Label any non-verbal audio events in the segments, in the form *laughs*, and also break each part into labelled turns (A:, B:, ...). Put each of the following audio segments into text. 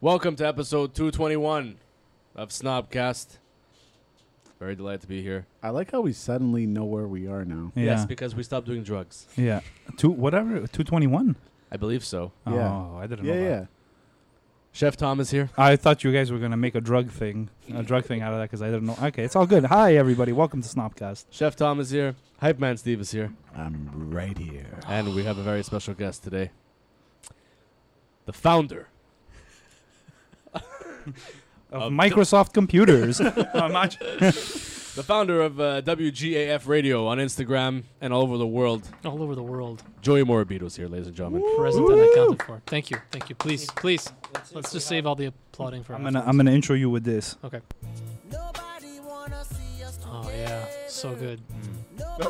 A: Welcome to episode 221 of Snobcast. Very delighted to be here.
B: I like how we suddenly know where we are now.
C: Yeah.
A: Yes, because we stopped doing drugs.
C: yeah. Two whatever. Two twenty one.
A: I believe so.
B: Yeah.
C: Oh, I didn't
B: Yeah,
C: know. that.
B: yeah.
A: Chef Tom is here.
C: I thought you guys were gonna make a drug thing, a drug thing out of that because I didn't know. Okay, it's all good. Hi everybody, welcome to Snopcast.
A: Chef Tom is here. Hype Man Steve is here.
B: I'm right here.
A: And we have a very special guest today. The founder.
B: Um,
C: Of
A: Of
B: *laughs*
C: Microsoft computers. I'm *laughs* not-
A: The founder of uh, WGAF Radio on Instagram and all over the world.
D: all over the world
A: Joey Morabito's here, ladies and gentlemen.
D: present and accounted for. Thank you, thank you. Please, please, let's just save all the applauding for. Oh,
C: I'm gonna
D: afterwards.
C: I'm gonna intro you with this.
D: Okay.
E: Nobody wanna see us
D: Oh yeah,
A: *laughs*
D: so good.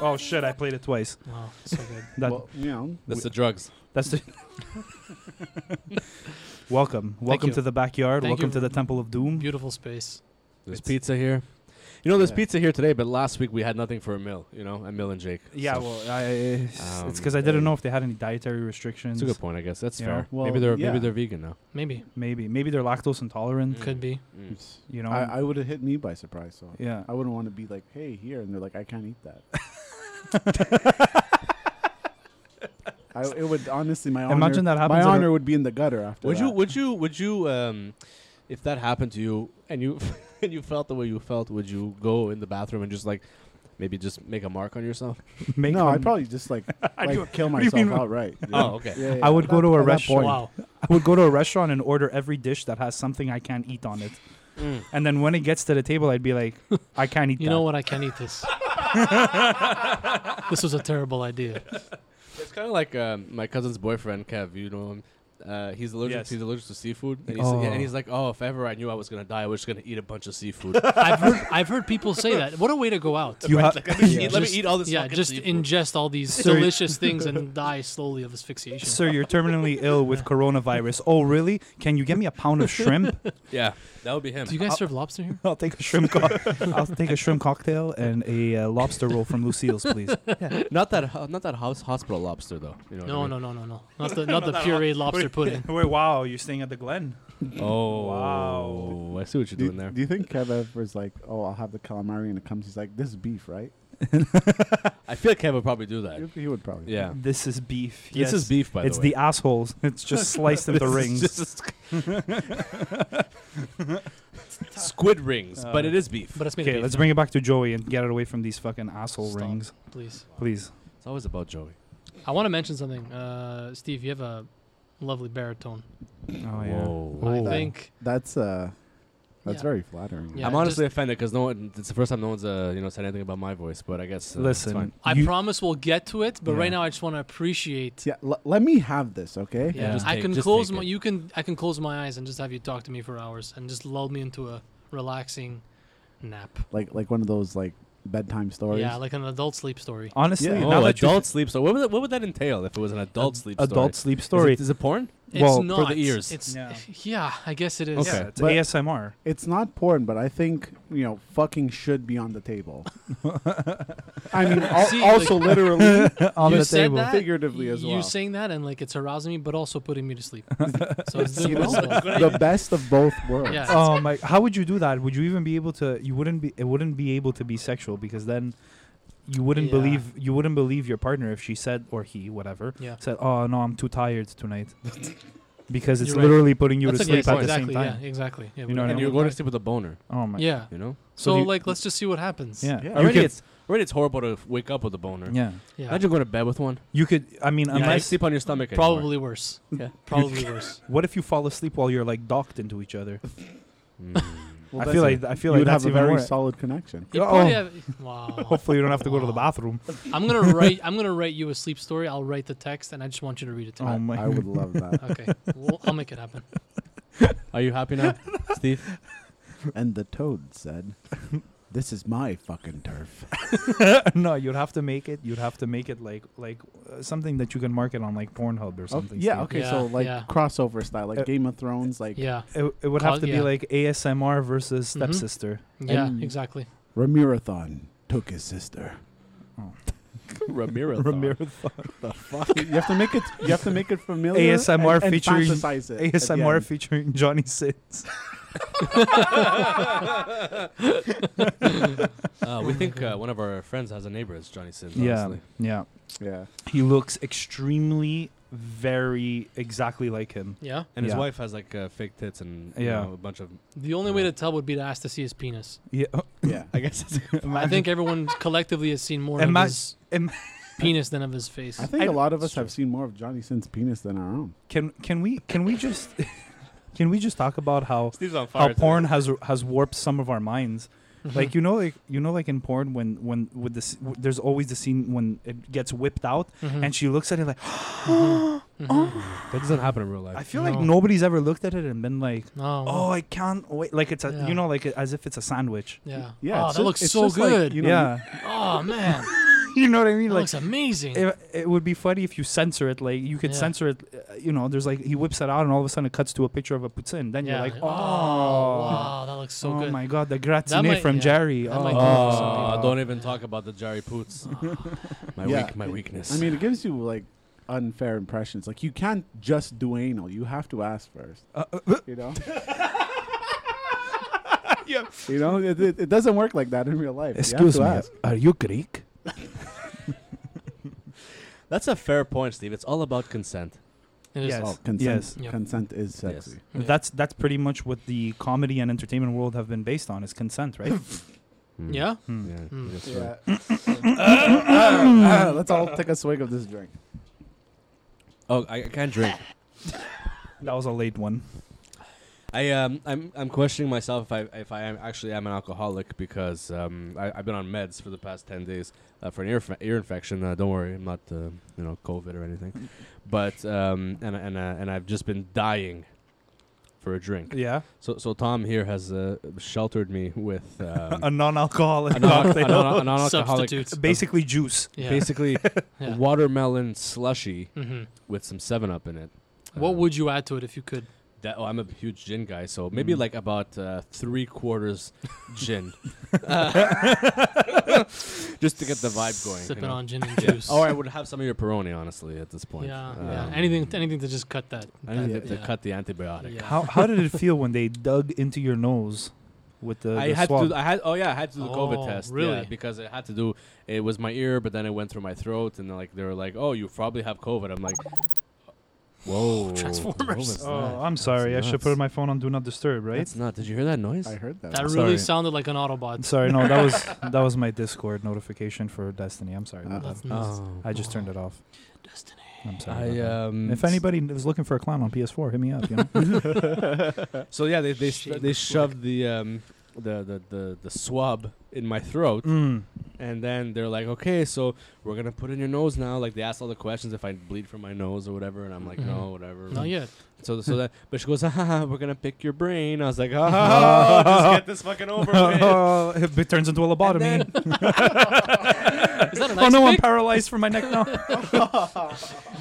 C: Oh shit! I played it twice.
D: mm. Wow, so good.
C: *laughs* That,
B: Well, you know,
A: That's the drugs.
C: that's the. *laughs* welcome, welcome
D: you.
C: to the backyard.
D: Thank
C: welcome to
D: you.
C: the Temple of Doom.
D: Beautiful space.
A: There's pizza here. You know, there's
B: Yeah.
A: pizza here today, but last week we had nothing for a meal, you know, a meal and Jake.
C: Yeah,
A: So-
C: well, I, it's
A: Um,
C: because I didn't
A: uh,
C: know if they had any dietary restrictions.
A: That's a good point, I guess. That's
C: You know,
A: fair.
B: well,
A: maybe they're
B: yeah.
A: maybe they're vegan now.
D: Maybe
C: Maybe, maybe they're lactose
A: Mm.
C: intolerant.
D: could be.
B: it's-
C: You know.
B: I, I would have hit me by surprise. So
C: yeah.
B: I wouldn't want to be like, hey, here. And they're like, I can't eat
C: *laughs*
B: that. I, it would honestly, my honor,
C: Imagine that
B: my
C: happens at a-
B: honor would be in the gutter after
A: Would
B: that.
A: you would you would you um if that happened to you and you *laughs* and you felt the way you felt, would you go in the bathroom and just like maybe just make a mark on yourself?
C: Make
B: no, I'd
C: them-
B: probably just
C: *laughs*
B: like, like kill
C: do you
B: myself
C: mean? *laughs*
B: outright. Yeah.
A: Oh, okay.
B: Yeah, yeah,
C: I would
B: at
C: go
B: that-
C: to a
B: at that
C: restaurant.
B: point.
D: Wow.
C: I would go to a restaurant and order every dish that has something I can't eat on it.
A: Mm.
C: And then when it gets to the table, I'd be like, I can't eat
D: *laughs* You
C: that.
D: know what? I can't
C: *laughs*
D: eat this. this was a terrible idea.
A: It's kinda like um, my cousin's boyfriend, Kev, you know him. Uh, he's allergic.
C: Yes.
A: He's allergic to seafood, and he's, yeah,
C: Oh.
A: and he's like, "Oh, if ever I knew I was gonna die, I was just gonna eat a bunch of seafood.
D: I've heard I've heard people say that. What a way to go out. *laughs*
C: You ha-
A: Let me, eat, let me
D: Just-
A: eat all this.
D: Yeah,
A: fucking
D: just
A: seafood.
D: ingest all these
C: Sir-
D: delicious things
C: *laughs*
D: and die slowly of asphyxiation.
C: Sir, you're terminally ill with coronavirus. Oh, really? Can you get me a pound of shrimp?
A: yeah, that would be him.
D: Do you guys serve lobster here?
C: I'll take a shrimp. Co- I'll take a shrimp cocktail and a uh, lobster roll from Lucille's, please.
A: not that ho- not that house hospital lobster though. You know
D: No,
A: what
D: no, no, no, no. Not
A: *laughs*
D: the not the pureed lobster pudding.
C: Wait, wow, you're staying at the Glen.
A: I mean? Oh,
C: Wow.
A: I see what you're
B: Do you,
A: doing there.
B: do you think Kev ever's like, oh, I'll have the calamari and it comes? He's like, this is beef, right?
A: I feel like Kev would probably do that.
B: He- He would probably.
A: Yeah.
C: This is beef.
A: This is beef, by
C: It's
A: the way.
C: the assholes. It's just sliced into rings. *laughs*
A: squid rings, but it is beef.
D: But it's made of
C: okay,
D: beef
C: let's
D: now.
C: bring it back to Joey and get it away from these fucking asshole
D: Stop.
C: rings,
D: please.
C: please.
A: It's always about Joey.
D: I want to mention something. Uh, Steve, you have a lovely baritone.
C: Oh yeah.
A: Whoa.
D: I
B: Ooh.
D: think
B: That's uh, that's
D: Yeah.
B: very flattering.
D: Yeah,
A: I'm honestly offended because no one. It's the first time no one's uh, you know said anything about my voice, but I guess uh, it's
C: Listen,
A: fine.
D: I
C: you-
D: promise we'll get to it, but
C: Yeah.
D: right now I just want to appreciate.
B: Yeah, l- let me have this, okay?
A: Yeah, just
D: I
A: take-
D: can
A: just
D: close
A: take
D: my.
A: it.
D: You can. I can close my eyes and just have you talk to me for hours and just lull me into a relaxing nap.
B: Like like one of those like bedtime stories.
D: Yeah, like an adult sleep story.
C: honestly,
B: Yeah.
C: now
A: Oh,
C: that you-
A: adult sleep story. What would, that, what would that entail if it was an adult sleep story?
C: adult sleep story.
A: Is it, is it porn?
D: It's
C: Well, for
D: not.
A: the ears.
D: It's
C: Yeah.
D: yeah. I guess it is.
A: Okay.
C: Yeah, it's
B: But-
A: *laughs*
C: ASMR.
B: it's not porn, but I think you know, fucking should be on the table. I
D: *laughs*
B: mean, al-
D: See, like-
B: also literally,
C: on
D: you
C: the
D: said
C: table.
D: that.
B: figuratively as
D: You
B: well.
D: saying that and like it's arousing me, but also putting me
C: *laughs*
D: to sleep. *laughs* so it's
B: you
D: *laughs* doing
B: know,
D: both.
B: the best of both worlds.
D: Yeah.
C: *laughs* Oh my! How would you do that? Would you even be able to? You wouldn't be. It wouldn't be able to be sexual because then you wouldn't
D: Yeah.
C: believe you wouldn't believe your partner if she said or he whatever
D: Yeah.
C: said, "Oh no, I'm too
A: *laughs*
C: tired tonight," because it's
D: You're right.
C: literally putting you
A: That's
C: to
A: a
C: sleep
A: good
C: at
A: point.
C: the
D: exactly.
C: same time.
D: Yeah. Exactly. Yeah.
C: You
D: we-
C: know what I
A: And
C: mean?
A: you're going to sleep with a boner.
C: Oh my!
D: Yeah.
A: You know.
C: So
D: So,
C: do you-
D: like, let's just see what happens.
C: yeah.
B: Yeah.
C: You
A: Already,
C: could-
A: it's already it's horrible to wake up with a boner.
C: yeah.
D: Yeah.
A: Imagine going to bed with one.
C: You could. I mean,
A: You can't
C: unless
A: sleep on your stomach. anymore.
D: Probably worse.
A: Yeah.
C: *laughs*
D: Probably worse.
C: what if you fall asleep while you're like docked into each other?
A: Mm.
B: Well,
C: I
B: that's
C: feel
B: it.
C: like I
B: you
C: feel like
B: would
C: that's
B: have a
C: even
B: very
C: more.
B: solid connection.
D: You
C: Oh.
D: probably have-
C: *laughs*
D: wow.
C: Hopefully, you don't have to go to the bathroom. *laughs*
D: I'm gonna write. I'm gonna write you a sleep story. I'll write the text, and I just want you to read it to
C: Oh
D: me.
C: my!
B: I would
C: *laughs*
B: love that.
D: Okay,
C: Oh.
D: well, I'll make it happen.
A: Are you happy
C: *laughs*
A: now, Steve?
B: and the toad said, "This is my fucking turf."
C: no, you'd have to make it. You'd have to make it like like uh, something that you can market on like Pornhub or something.
B: Oh, yeah.
C: Steve.
B: Okay.
D: Yeah,
B: so like
D: yeah.
B: crossover style, like
C: Uh,
B: Game of Thrones. Like
D: Yeah,
C: It, it would
D: Call-
C: have to
D: yeah.
C: be like ASMR versus
D: Mhm.
C: stepsister.
D: yeah,
B: And-
D: exactly.
B: Ramirathon took his sister.
A: Ramirez.
B: *laughs*
A: *laughs*
B: The fuck? *laughs* you have to make it. You have to make it familiar.
C: ASMR
B: and, and
C: featuring- *laughs*
B: fantasize it at the
C: ASMR
B: end.
C: featuring Johnny Sins.
A: Uh, we think uh, one of our friends has a neighbor as Johnny Sins.
C: Yeah,
A: honestly.
C: yeah.
B: yeah.
C: He looks extremely, very exactly like him.
D: Yeah.
A: And his
C: Yeah.
A: wife has like uh, fake tits and you
C: Yeah.
A: know, a bunch of.
D: The only way
A: Yeah.
D: to tell would be to ask to see his penis.
C: Yeah.
B: Yeah.
C: *laughs*
A: I guess *laughs* it's
D: I think everyone collectively has seen more
C: Ima-
D: of his
C: im-
D: penis than of his face.
B: I think
C: I-
B: a lot of us have seen more of Johnny Sin's penis than our own.
C: Can can we can we just *laughs* can we just talk about how
A: Steve's on fire.
C: how porn has has warped some of our minds?
D: Mm-hmm.
C: Like you know like you know like in porn when when with this w- there's always the scene when it gets whipped out
D: Mhm.
C: and she looks at it like
D: Mhm. Mhm.
A: That doesn't happen in real life.
C: I feel
D: No.
C: like nobody's ever looked at it and been like
D: No.
C: oh I can't wait like it's a,
D: Yeah.
C: you know like as if it's a sandwich.
D: Yeah.
B: Yeah,
D: Oh,
B: it's
D: that
B: ju-
D: looks
B: it's
D: so
B: just like,
D: good.
B: you know,
C: yeah,
D: oh
C: *laughs*
D: man,
C: you know what I mean
D: that
C: like
D: looks amazing.
C: it, it would be funny if you censor it like you could
D: Yeah.
C: censor it uh, you know there's like he whips it out and all of a sudden it cuts to a picture of a putin then
D: yeah.
C: you're like oh,
D: wow, that looks so
C: oh
D: good.
C: my god the gratin
D: might-
C: from
D: yeah.
C: jerry
D: That
C: oh,
D: might do it for some
A: Oh,
D: people.
A: don't even talk about the Jerry Poots.
C: *laughs*
A: my
B: Yeah.
A: weak, my weakness.
B: I mean, it gives you like unfair impressions. Like you can't just do anal. You have to ask first.
C: Uh, uh,
B: You know. You know, it, it, it doesn't work like that in real life.
C: excuse
B: you
C: me uh,
B: have to
C: are you greek
A: that's a fair point, Steve. It's all about consent.
D: It is-
C: Yes.
B: Ask. Oh, consent.
C: Yes.
D: Yep.
B: Consent is
A: Yes.
B: sexy.
D: Yeah.
C: that's that's pretty much what the comedy and entertainment world have been based on is
B: *laughs*
C: consent right
A: Mm.
D: Yeah.
C: Hmm.
A: Yeah,
D: Mm.
A: that's right.
B: Yeah. Ah, ah, *coughs* let's all take a swig of this drink.
A: Oh, I, I can't drink.
C: that was a late one
A: I um, I'm I'm questioning myself if I if I am actually am an alcoholic because um, I, I've been on meds for the past ten days uh, for an ear fe- ear infection. Uh, don't worry, I'm not uh, you know COVID or anything, but um, and and uh, and I've just been dying for a drink.
C: *laughs* yeah
A: So so Tom here has uh, sheltered me with um,
C: a non-alcoholic
A: a non-
C: *laughs*
A: a
C: cocktail.
A: non- a non-alcoholic,
D: Substitutes.
C: basically juice
D: Yeah.
A: basically
D: *laughs* Yeah.
A: watermelon slushy
D: Mhm.
A: with some Seven Up in it.
D: What
A: Um,
D: would you add to it if you could?
A: That, oh, I'm a huge gin guy, so maybe
C: Mm.
A: like about uh, three quarters
C: *laughs*
A: gin, *laughs* just to get the vibe going. you
D: Sipping
A: know?
D: on gin
C: *laughs*
D: and
A: Yeah.
D: juice.
A: Or I would have some of your Peroni, honestly, at this point.
D: Yeah,
A: Um,
D: yeah. Anything, anything to just cut that.
A: I need
D: that-
A: to
D: yeah.
A: cut the antibiotic.
D: Yeah.
C: how, how did it feel when they dug into your nose with the,
A: I
C: the
A: had
C: swab?
A: to. I had. Oh yeah, I had to do the COVID
D: Oh,
A: test. Yeah,
D: really?
A: because it had to do. It was my ear, but then it went through my throat, and like they were like, "Oh, you probably have COVID." I'm like, "Whoa,
D: *laughs* Transformers.
C: Oh, I'm sorry. I should put my phone on do not disturb, right?
A: It's not. Did you hear that noise?
B: I heard that.
D: That
C: I'm
D: really
C: sorry.
D: sounded like an Autobot.
C: I'm sorry. No, that was *laughs* that was my Discord notification for Destiny. I'm sorry. about
B: Uh-oh.
C: that.
D: That's nuts.
A: Oh.
C: I just turned it off.
D: Destiny.
C: I'm sorry.
A: I
C: about that.
A: um.
C: if anybody is looking for a clown on PS4, hit me up. You know?
A: So yeah, they they,
D: Shake, *laughs*
A: they
D: flick.
A: shoved the um the, the the the swab in my throat,
C: *laughs* mm.
A: and then they're like, okay, so we're gonna put in your nose now. Like they asked all the questions if I bleed from my nose or whatever, and I'm like,
D: Mhm.
A: no, whatever.
D: Not yet.
A: So so that, but she goes, ha, ha, ha, we're gonna pick your brain. I was like, *laughs* oh, just get this fucking
C: *laughs*
A: over
D: *laughs*
A: with.
C: Oh, it turns into a
A: And
C: lobotomy.
A: then-
D: Is that a
C: oh
D: nice
C: no, I'm
D: pic?
C: paralyzed from my neck now.
A: *laughs*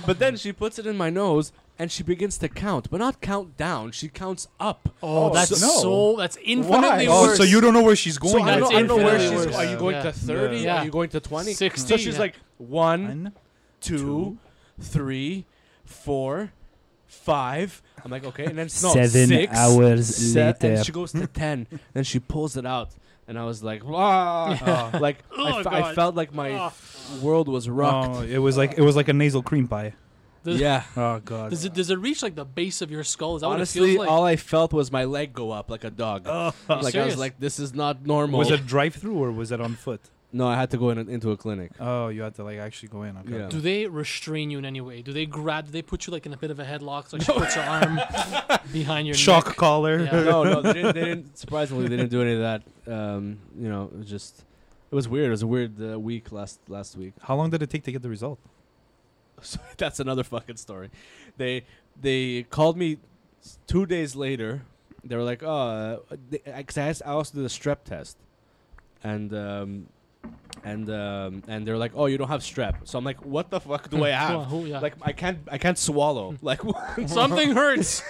A: but then she puts it in my nose, and she begins to count, but not count down. She counts up.
D: *laughs* Oh, that's
B: no.
D: so. That's infinitely
A: Oh,
D: worse.
C: Oh, don't know where she's going?
A: So I
D: at
A: don't,
D: it's
A: I don't know where she's.
D: infinitely
A: Are
D: worse.
A: you going
D: Yeah.
A: to thirty?
D: Yeah.
A: Are you going to twenty? So
D: 60,
A: she's
D: yeah.
A: like one,
C: One,
A: two,
C: two,
A: three, four, five. I'm like, okay, and then no,
C: Seven
A: six,
C: hours
A: se-
C: later.
A: and she goes to
C: *laughs*
A: ten. then she pulls it out, and I was like, ah, *laughs* like I,
D: Oh,
A: fe- I
D: God.
A: felt like my world was
C: Oh,
A: rocked.
C: it was like it was like a nasal cream pie.
A: *laughs*
D: Does-
A: yeah,
C: Oh god.
D: *laughs* Does it does it reach like the base of your skull? Is that what it
A: honestly,
D: feels like?
A: all I felt was my
D: Oh.
A: leg go up like a dog. like I was
D: serious?
A: like, this is not normal.
C: was it drive through or was it on foot?
A: No, I had to go in, into a clinic.
C: Oh, you had to like actually go in. Okay.
A: Yeah.
D: Do they restrain you in any way? Do they grab? Do they put you like in a bit of a headlock? So like she puts her arm behind your
C: Shock
D: neck?
C: collar.
A: *laughs*
D: Yeah.
A: no, no, they didn't, they didn't. Surprisingly, they didn't do any of that. Um, you know, it was just it was weird. It was a weird uh, week last last week.
C: *laughs* How long did it take to get the result?
A: *laughs* So that's another fucking story. They they called me s- two days later. They were like, "Oh, because I, asked- I also did a strep test," and um, and um, and they're like, "Oh, you don't have strep." So I'm like, "What the fuck
D: *laughs*
A: do I
D: Who-
A: have?"
D: who- yeah.
A: Like I can't I can't swallow.
D: *laughs*
A: Like
D: something hurts.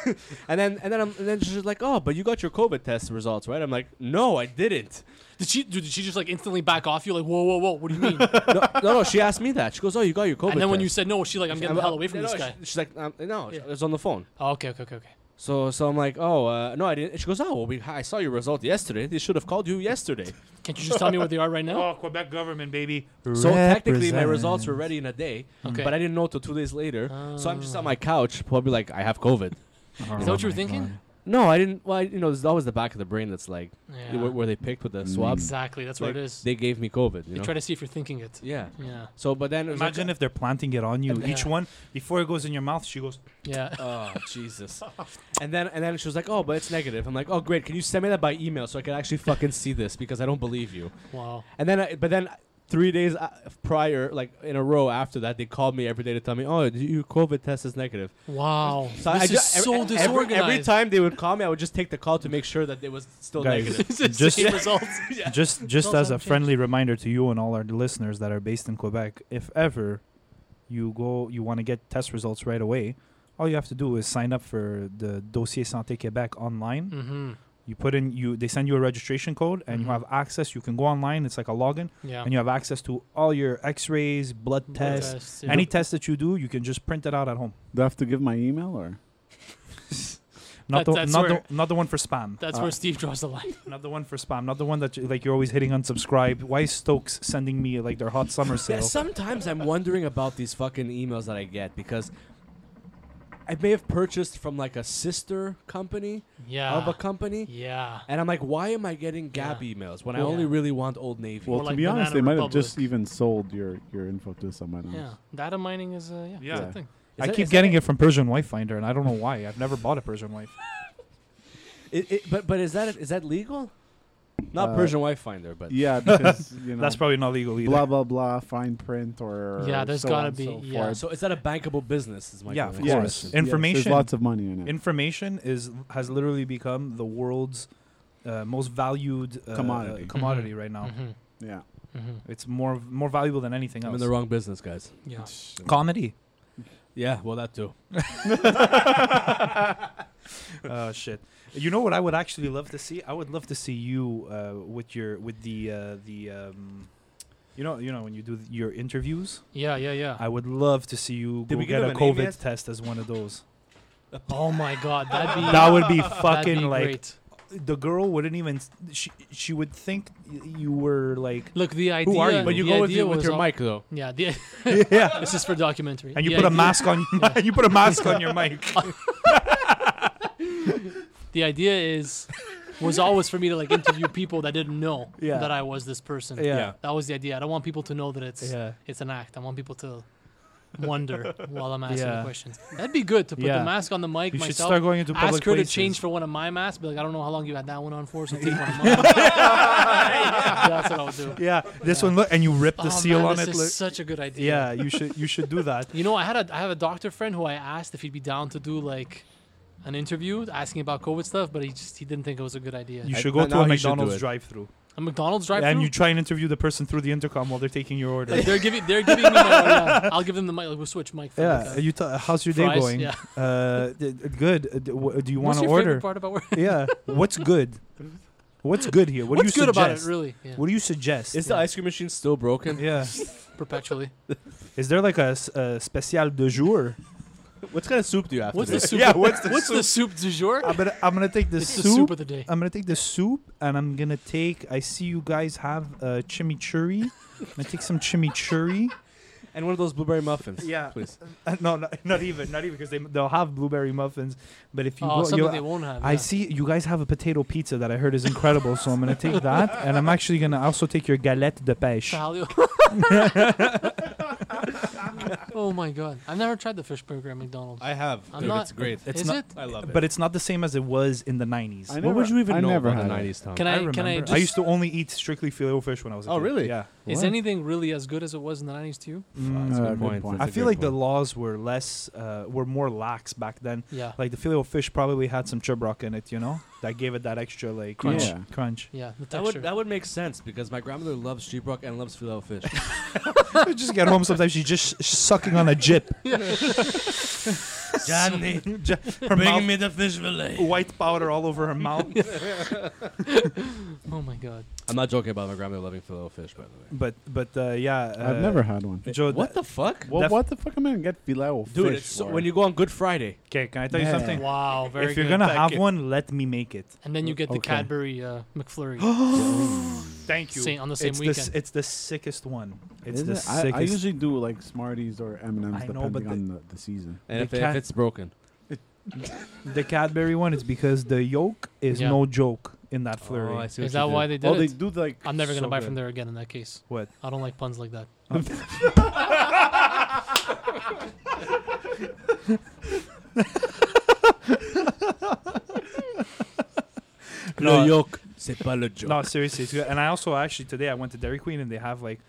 A: and then and then I'm and then she's like, "Oh, but you got your COVID test results, right?" I'm like, "No, I didn't."
D: Did she? Did she just like instantly back off you? Like whoa, whoa, whoa! What do you mean?
A: no, no, no, she asked me that. She goes, "Oh, you got your COVID."
D: and then when you
A: test."
D: said no, she
A: *laughs*
D: like I'm getting the hell away from
A: no,
D: this
A: she-
D: guy.
A: She's like, um, "No,
D: Yeah.
A: it's on the phone."
D: Oh, okay, okay, okay, okay.
A: So so I'm like, "Oh, uh, no, I didn't." She goes, "Oh, well, we, I saw your result yesterday. They should have called you yesterday."
D: Can't you just tell me where they are right now?
C: *laughs* Oh, Quebec government, baby.
A: so technically, my results were ready in a day,
D: Okay. Oh.
A: but I didn't know till two days later. So I'm just on my couch, probably like, "I have COVID."
D: Is
C: Oh
D: that what you were thinking?
A: no, I didn't. Well, I, you know, there's always the back of the brain that's like
D: Yeah.
A: where, where they picked with the swab.
D: Exactly. That's what
A: Like,
D: it is. They,
A: They gave me COVID. You know?
D: try to see if you're thinking it.
A: *laughs* yeah.
D: Yeah.
A: So, but then it was
C: Imagine
A: like,
C: if they're planting it on you. Each
D: Yeah.
C: one before it goes in your mouth, she goes.
D: Yeah.
A: *laughs* Oh Jesus! And then and then she was like, "Oh, but it's negative." I'm like, "Oh, great! Can you send me that by email so I can actually fucking see this because I don't believe you."
D: wow.
A: And then I, but then three days uh, prior, like in a row after that, they called me every day to tell me, "Oh, d- your COVID test is negative."
D: Wow.
A: So
D: this
A: I
D: is
A: just,
D: so
A: every, every-
D: disorganized.
A: Every, time they would call me, I would just take the call to make sure that it was still
C: Guys,
A: negative.
D: It's the
C: Just-
D: *laughs* same results.
C: Just just
D: Results
C: as a
D: unchanged.
C: friendly reminder to you and all our listeners that are based in Quebec, if ever you go you want to get test results right away, all you have to do is sign up for the Dossier Santé Québec online.
D: Mm-hmm.
C: You put in you they send you a registration code and you
D: Mhm.
C: have access, you can go online, it's like a login
D: Yeah.
C: and you have access to all your x-rays, blood,
D: Blood
C: tests.
D: tests, yeah.
C: Any test that you do, you can just print it out at home.
B: Do I have to give my email or?
C: Not
D: That-
C: the
D: that's
C: not
D: where-
C: the, not the one for spam.
D: *laughs* That's where Steve draws the line.
C: Not the one for spam. Not the one that you, like you're always hitting unsubscribe. Why is Stokes sending me like their hot
D: *laughs*
A: *laughs*
C: summer
A: Yeah,
C: sale?
A: sometimes I'm wondering about these fucking emails that I get because I may have purchased from like a sister company
D: Yeah.
A: of a company.
D: yeah.
A: And I'm like, why am I getting Gap
D: Yeah.
A: emails when I
D: Well-
A: only
D: Yeah.
A: really want Old Navy?
D: Or
B: Well, to
D: like
B: be honest, they
D: Banana
B: might have just
D: Republic.
B: even sold your, your info to someone else.
D: Yeah. Data mining is uh, yeah,
C: Yeah.
D: It's a thing.
A: Is
C: I
A: that-
C: keep
A: is that-
C: getting it from Persian Wife Finder, and I don't know why. I've never bought a Persian Wife.
A: It, it, but but is that is that legal? Not
B: Uh,
A: Persian Wife Finder, but
B: Yeah,
D: *laughs*
B: because you know
C: *laughs* That's probably not legal either.
B: blah blah blah fine print or
D: Yeah, there's
B: there's
D: gotta be- yeah.
B: forth.
A: so is that a bankable business? Is my
C: Yeah,
A: question.
C: of course.
B: Yes, Yes,
C: Information-
B: there's lots of money in it.
C: Information is has literally become the world's uh, most valued uh,
B: Commodity.
C: commodity right now.
D: Mm-hmm.
B: yeah.
D: Mm-hmm.
C: It's more more valuable than anything
A: I'm
C: else.
A: in the wrong business, guys.
D: Yeah.
A: *laughs*
C: Comedy. *laughs*
A: Yeah, well that too.
C: Oh shit! You know what I would actually love to see? I would love to see you uh, with your with the uh, the um, you know you know when you do th- your interviews.
D: Yeah. Yeah. Yeah.
C: I would love to see you
A: Did
C: go
A: we give
C: get
A: him
C: a
A: an
C: COVID
A: alias?
C: test as one of those.
D: oh my God. That'd be
C: that would be
D: *laughs* that'd
C: fucking
D: be
C: like
D: great.
C: the girl wouldn't even she she would think y- you were like
D: Look, the idea.
A: Who are you? But you
D: the
A: go with,
D: idea
A: your- with
D: was
A: your
D: all-
A: mic though.
D: Yeah. The, *laughs*
C: yeah
D: this is for documentary.
C: and you
D: The
C: put a
D: idea-
C: mask on
D: Yeah.
C: and you put a mask on your mic
D: The idea is was always for me to like interview people that didn't know
C: Yeah.
D: that I was this person.
C: yeah
D: That was the idea. I don't want people to know that it's
C: yeah
D: it's an act. I want people to wonder while I'm asking
C: Yeah.
D: questions. That'd be good to put
C: Yeah.
D: the mask on the mic
C: you should
D: myself.
C: start going into public
D: ask her
C: places.
D: to change for one of my masks. Be like, I don't know how long you had that one on for, so take one of mine. *laughs* Yeah, That's what I would do.
C: *laughs* yeah this one look and you rip the
D: oh,
C: seal
D: man,
C: on
D: this
C: it
D: is
C: look,
D: such a good idea.
C: *laughs* yeah you should you should do
D: *laughs*
C: that
D: You know, I had a I have a doctor friend who I asked if he'd be down to do like an interview asking about COVID stuff, but he just he didn't think it was a good idea.
C: you
A: I-
C: should go
A: now
C: to a
A: you should do
C: McDonald's
A: it.
C: drive-through
D: a McDonald's drive
C: and you try and interview the person through the intercom while they're taking your order
D: Like, *laughs* they're giving they're giving me my yeah, *laughs* I'll give them the mic. Like, we'll switch mic. For
C: yeah you t- how's your day
D: Fries,
C: going
D: yeah.
C: uh d- d- good Uh, d- w- do you want
D: What's
C: to
D: your
C: order
D: favorite part about work?
C: yeah what's
D: *laughs*
C: good what's good here what
D: What's
C: do you
D: good about it,
C: suggest?
D: really? Yeah.
C: What do you suggest?
A: Is the ice cream machine still broken?
C: yeah.
D: Perpetually.
C: Is there like a, s- a special de jour?
A: *laughs* What kind of soup do you have?
D: What's the
A: today?
C: *laughs*
D: soup?
C: Yeah, what's the
D: what's the soup du jour?
C: I'm gonna, I'm gonna take Uh, the
D: It's
C: soup.
D: the soup of the day.
C: I'm gonna take the soup and I'm gonna take. I see you guys have uh, chimichurri. I'm gonna take some chimichurri.
A: and one of those blueberry muffins.
C: Yeah.
A: please.
C: no, not, not even, not even because they they'll have blueberry muffins, but if you go,
D: Oh, something
C: you,
D: they won't have.
C: I
D: yeah.
C: see you guys have a potato pizza that I heard is incredible, so I'm gonna *laughs* take that, and I'm actually gonna also take your galette de pêche. *laughs*
D: Paleo. *laughs* oh my god! I've never tried the fish burger at McDonald's.
A: I have.
D: I'm
A: dude,
D: not-
A: it's great.
C: it's
D: Is
C: not-
D: it?
A: I love it.
C: But it's not the same as it was in the 90s.
B: I
A: what would
B: never-
A: you even
B: I
A: know
B: never
A: about the
B: had it.
A: nineties, Tom?
D: Can I? Can I?
C: remember.
D: Just,
C: used to only eat strictly filet fish when I was a
A: Oh,
C: kid.
A: really?
C: Yeah.
D: Is
A: What?
D: anything really as good as it was in the nineties to you?
C: Mm,
A: That's a
B: Uh,
A: good
B: good
A: point.
B: point.
C: I
A: That's a
C: feel
A: good
C: like the
A: point.
C: laws were less, uh, were more lax back then.
D: Yeah.
C: Like the filet fish probably had some chibrock in it, you know, that gave it that extra like
D: Crunch.
C: Yeah. *laughs* crunch.
D: Yeah. The
A: That
D: texture.
A: would that would make sense because my grandmother loves sheep rock and loves filet *laughs* fish.
C: I just get home sometimes she's just sucking on a *laughs* jip.
A: Johnny,
C: Her mouth,
A: me the fish fillet.
C: white powder all over her *laughs* mouth.
D: oh
C: *laughs*
D: my god.
A: I'm not joking about my grandmother loving filet fish, by the way.
C: but but uh, yeah, uh,
B: I've never had one.
C: Joe,
A: what the fuck,
B: Well,
C: Def-
B: what the fuck am I gonna get filet o
A: dude?
B: fish
A: It's so,
B: for?
A: when you go on Good Friday,
C: uh, Okay, can I tell you
B: Yeah.
C: something?
D: Wow. Very.
C: if you're
D: good.
C: gonna
D: Thank
C: have
D: you.
C: one, let me make it.
D: and then you get the
B: Okay.
D: Cadbury uh,
C: *gasps*
D: McFlurry
C: Thank
D: same, on the same
C: it's The,
D: weekend.
C: s- it's the sickest one. It's
B: Is
C: the
B: it? I-
C: sickest.
B: I, usually do like Smarties or M and M's
C: I know,
B: depending
C: but the-
B: on the, the season.
A: and
C: The
A: if, it- if
C: cat-
A: it's broken,
C: the Cadbury one is because the yolk is
D: Yeah.
C: no joke in that flurry.
A: Oh, I see what
D: Is
A: you
D: that
A: did.
D: why they did
B: oh,
D: it?
B: they do like.
D: I'm never gonna
B: so
D: buy
B: good.
D: from there again. In that case,
C: What?
D: I don't like puns like that.
C: No,
A: Le yolk, c'est pas le joke.
C: No, seriously, it's good. And I also actually today I went to Dairy Queen and they have like,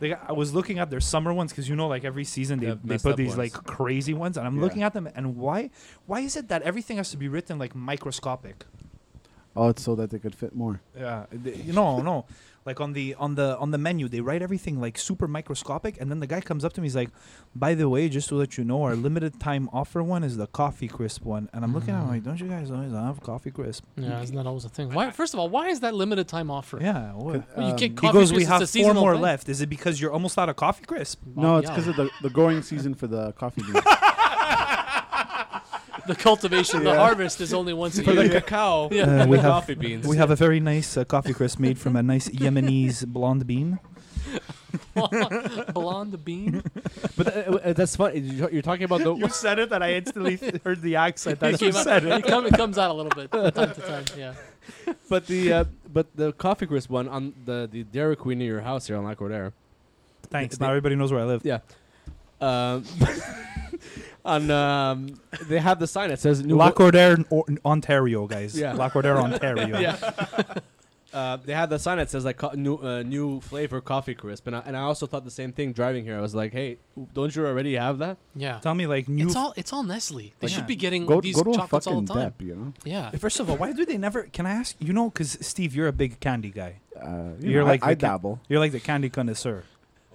C: they got- I was looking at their summer ones because you know like every season
A: They
C: they,
A: have
C: they
A: messed
C: put
A: up
C: these
A: ones.
C: like crazy ones and I'm
B: Yeah.
C: looking at them and why why is it that everything has to be written like microscopic?
B: Oh, it's so that they could fit more.
C: Yeah, they, you know, no, like on the on the on the menu, they write everything like super microscopic, and then the guy comes up to me, he's like, "By the way, just to let you know, our limited time offer one is the coffee crisp one," and I'm looking at him
D: Mm.
C: like, "Don't you guys always have coffee crisp?"
D: Yeah, it's not always a thing. Why? First of all, why is that limited time offer?
C: Yeah, what?
B: Could-
D: Well, you get
B: Um,
D: coffee
C: he goes,
D: crisp,
C: "We
D: it's a
C: have four
D: seasonal
C: more
D: thing."
C: left." Is it because you're almost out of coffee crisp?
B: No, it's
D: oh, Yeah.
B: because of the, the growing season for the coffee
D: *laughs*
B: beans.
D: The cultivation, the
B: Yeah.
D: harvest is only
B: *laughs*
D: once
A: *laughs*
D: a
A: for
D: year.
A: the *laughs* cacao
D: Yeah.
C: Uh,
A: and
C: we
A: the
C: have-
A: coffee beans.
C: We have a very nice uh, coffee crisp made from a nice Yemenese blonde bean.
D: *laughs*
B: *laughs*
D: Blonde bean.
A: but uh, uh, that's funny. You're you're talking *laughs* about the
C: said it, and I instantly heard the *laughs* accent
D: It came out- *laughs* it come- it comes out a little bit from time to time. Yeah.
B: *laughs*
A: but the uh, but the coffee crisp one on the the Dairy Queen near your house here on La Cordera.
C: Thanks.
A: They-
C: Now everybody knows where I live.
A: Yeah. Um, *laughs* on um, they have the sign that says new.
C: La Cordaire, O- Ontario, guys.
A: Yeah.
C: La Cordaire, *laughs* Ontario.
A: yeah. *laughs* Uh, they had the sign that says like co- new uh, new flavor coffee crisp, and I, and I also thought the same thing driving here. I was like, hey, don't you already have that?
D: Yeah.
C: Tell me, like, new.
D: It's all it's all Nestle. They
C: Like,
D: should be getting
B: go,
D: these
B: go to a
D: chocolates all
B: fucking
D: the time.
B: dep, you know.
D: Yeah.
C: First of all, why do they never? Can I ask? You know, because Steve, you're a big candy guy.
B: Uh, you
C: You're
B: know,
C: like
B: I, I
C: the ca-
B: dabble.
C: You're like the candy connoisseur.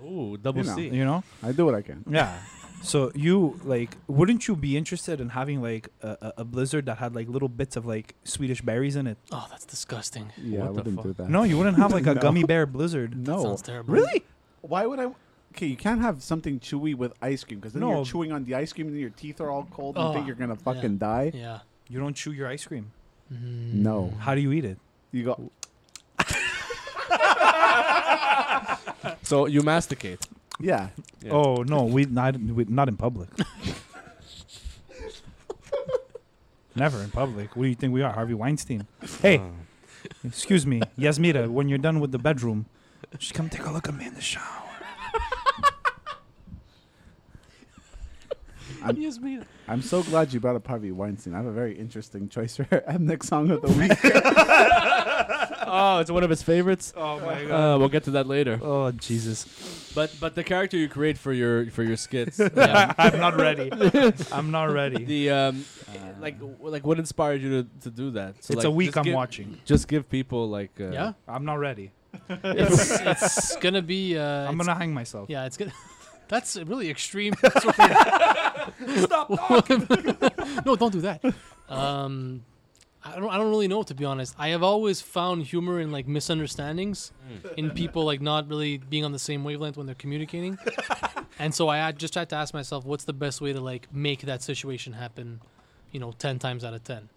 A: Ooh, double
B: You know.
A: C.
C: You know?
B: I do what I can.
C: Yeah. *laughs* So you like, wouldn't you be interested in having like a, a- a blizzard that had like little bits of like Swedish berries in it?
D: Oh, that's disgusting.
B: Yeah, I
A: What the
B: wouldn't
A: fuck?
B: do that.
C: Uh, *laughs* No, you wouldn't have like a
B: No.
C: gummy bear blizzard.
D: That
B: no.
D: sounds terrible.
B: Oh, Really? Why would I? Okay, you can't have something chewy with ice cream because then
C: No.
B: you're chewing on the ice cream and your teeth are all cold and you
D: Oh,
B: think you're gonna fucking die.
D: Yeah.
C: You don't chew your ice cream.
D: Mm.
B: No,
C: How do you eat it?
B: you go.
A: So you masticate. *laughs*
B: Yeah,
A: Yeah.
C: Oh no, we not we, not in public. Never in public. What do you think we are, Harvey Weinstein? Hey, excuse me, Yasmira. When you're done with the bedroom, just come take a look at me in the shower.
B: I'm-
D: Yes, me.
B: I'm so glad you brought up Harvey Weinstein. I have a very interesting choice for *laughs* our next song
D: *laughs*
B: of the week.
A: oh, it's one of his favorites.
C: Oh my
A: Uh, we'll get to that later.
C: Oh Jesus!
A: But but the character you create for your for your *laughs* skits, um,
D: Yeah.
C: *laughs* I'm not ready. I'm not ready.
A: the um,
D: Uh.
A: like like what inspired you to, to do that? So
C: it's
A: like,
C: a week
A: just
C: I'm
A: give-
C: watching.
A: Just give people like uh,
B: *laughs*
D: Yeah.
C: I'm not ready.
D: It's, it's gonna be. Uh,
C: I'm
D: it's-
C: gonna hang myself.
D: Yeah, it's gonna. *laughs* That's a really extreme.
A: *laughs*
C: Stop.
D: *laughs* no, don't do that. Um, I don't. I don't really know to be honest. I have always found humor in like misunderstandings,
A: Mm.
D: in people like not really being on the same wavelength when they're communicating, and so I had- just had to ask myself, what's the best way to like make that situation happen, you know, ten times out of ten.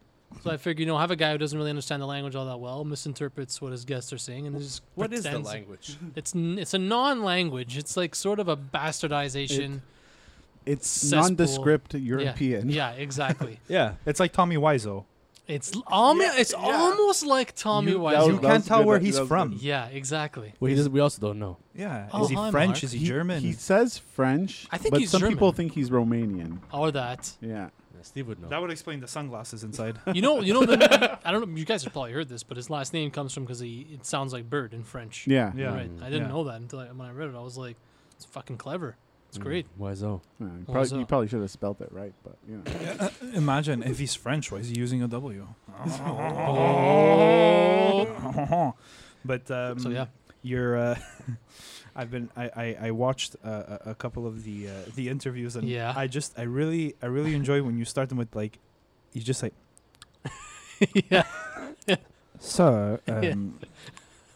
D: So I figure, you know, have a guy who doesn't really understand the language all that well, misinterprets what his guests are saying, and just
A: What is the
D: pretends-
A: language?
D: It's n- it's a non-language. It's like sort of a bastardization.
B: It's
D: Cesspool.
B: nondescript European.
D: Yeah,
B: *laughs*
D: exactly.
C: Yeah, it's like Tommy Wiseau.
D: It's l- almo- It's almost like Tommy
B: You- that
D: Wiseau.
B: was-
C: You can't
B: that's
C: tell
B: good,
C: where
B: that-
C: he's
B: that was
C: from.
B: good.
D: yeah, exactly.
A: Well, he doesn't, we also don't know.
C: Yeah,
D: Oh,
C: is he
D: hi,
C: French?
D: Mark.
C: Is he,
B: He-
C: German?
B: He says French.
D: I think
B: but
D: he's
B: some people
D: German.
B: think he's Romanian.
D: Or that.
B: Yeah.
A: Yeah, Steve would know.
C: that would explain the sunglasses *laughs* inside.
D: You know. You know. the- I don't know. You guys have probably heard this, but his last name comes from because he it sounds like bird in French.
B: Yeah.
C: Yeah.
D: Right. I didn't
C: Yeah.
D: know that until I, when I read it. I was like, it's fucking clever.
B: Mm.
D: It's great.
A: mm, Why so?
B: Yeah, you,
D: Well,
B: probably,
D: so-
B: you probably should have spelt it right, but you know.
C: Uh, Imagine if he's French, why is he using a
D: *laughs*
C: W? but um,
B: Mm.
D: So yeah. *laughs*
C: you're. Uh, *laughs* I've been. I I, I watched uh, a, a couple of the uh, the interviews and
D: Yeah.
C: I just I really I really enjoy when you start them with like, you just like
D: yeah. *laughs*
C: so um,